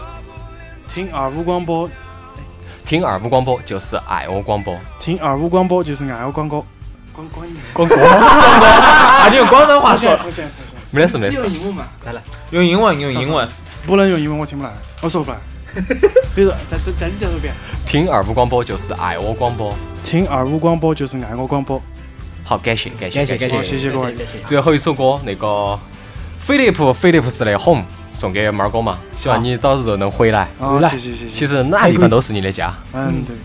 [SPEAKER 4] 听二五广播，
[SPEAKER 2] 听二五广播就是爱我广播。
[SPEAKER 4] 听二五广播就是爱我广哥。广广义，
[SPEAKER 2] 广 播
[SPEAKER 5] 啊，你用广东话说，
[SPEAKER 4] 重现重现，
[SPEAKER 2] 没得事没得事
[SPEAKER 9] 用。英文嘛，
[SPEAKER 5] 用英文，用英文，
[SPEAKER 4] 不能用英文，我听不来，我说不来。 比如说，再再再你再说一遍。
[SPEAKER 2] 听二五广播就是爱我广播。
[SPEAKER 4] 听二五广播就是爱我广播。
[SPEAKER 2] 好，感谢感谢
[SPEAKER 3] 感谢感
[SPEAKER 4] 好，谢谢各位。
[SPEAKER 2] 最后一首歌，那个菲利普菲利普斯的《Home》送给猫儿哥嘛，希望你早日能回来。
[SPEAKER 4] 好，哦谢谢谢谢。
[SPEAKER 2] 其实哪个地方都是你的家。
[SPEAKER 4] 嗯，对。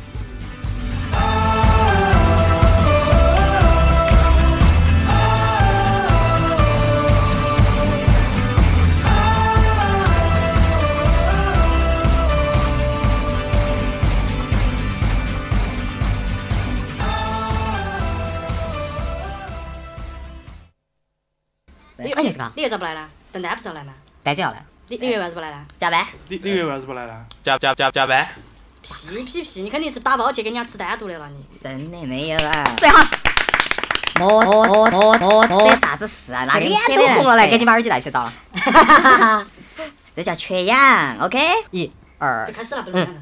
[SPEAKER 11] 你
[SPEAKER 9] 哎呀是吧？
[SPEAKER 11] 你又咋不来了？笨蛋不是要来吗？
[SPEAKER 9] 待久了，
[SPEAKER 11] 你你又为啥子不来了？
[SPEAKER 9] 加班，
[SPEAKER 4] 你你为啥子不来呢？
[SPEAKER 5] 加加加加班，
[SPEAKER 11] 屁屁屁！你肯定是打包去给人家吃单独的了你。
[SPEAKER 9] 真的没有啊。睡哈。我我我我我有啥子事啊？拿给你扯的红了来，给你把耳机戴起糟了。这叫缺氧，OK？一、二
[SPEAKER 11] 就开始了，不能看了。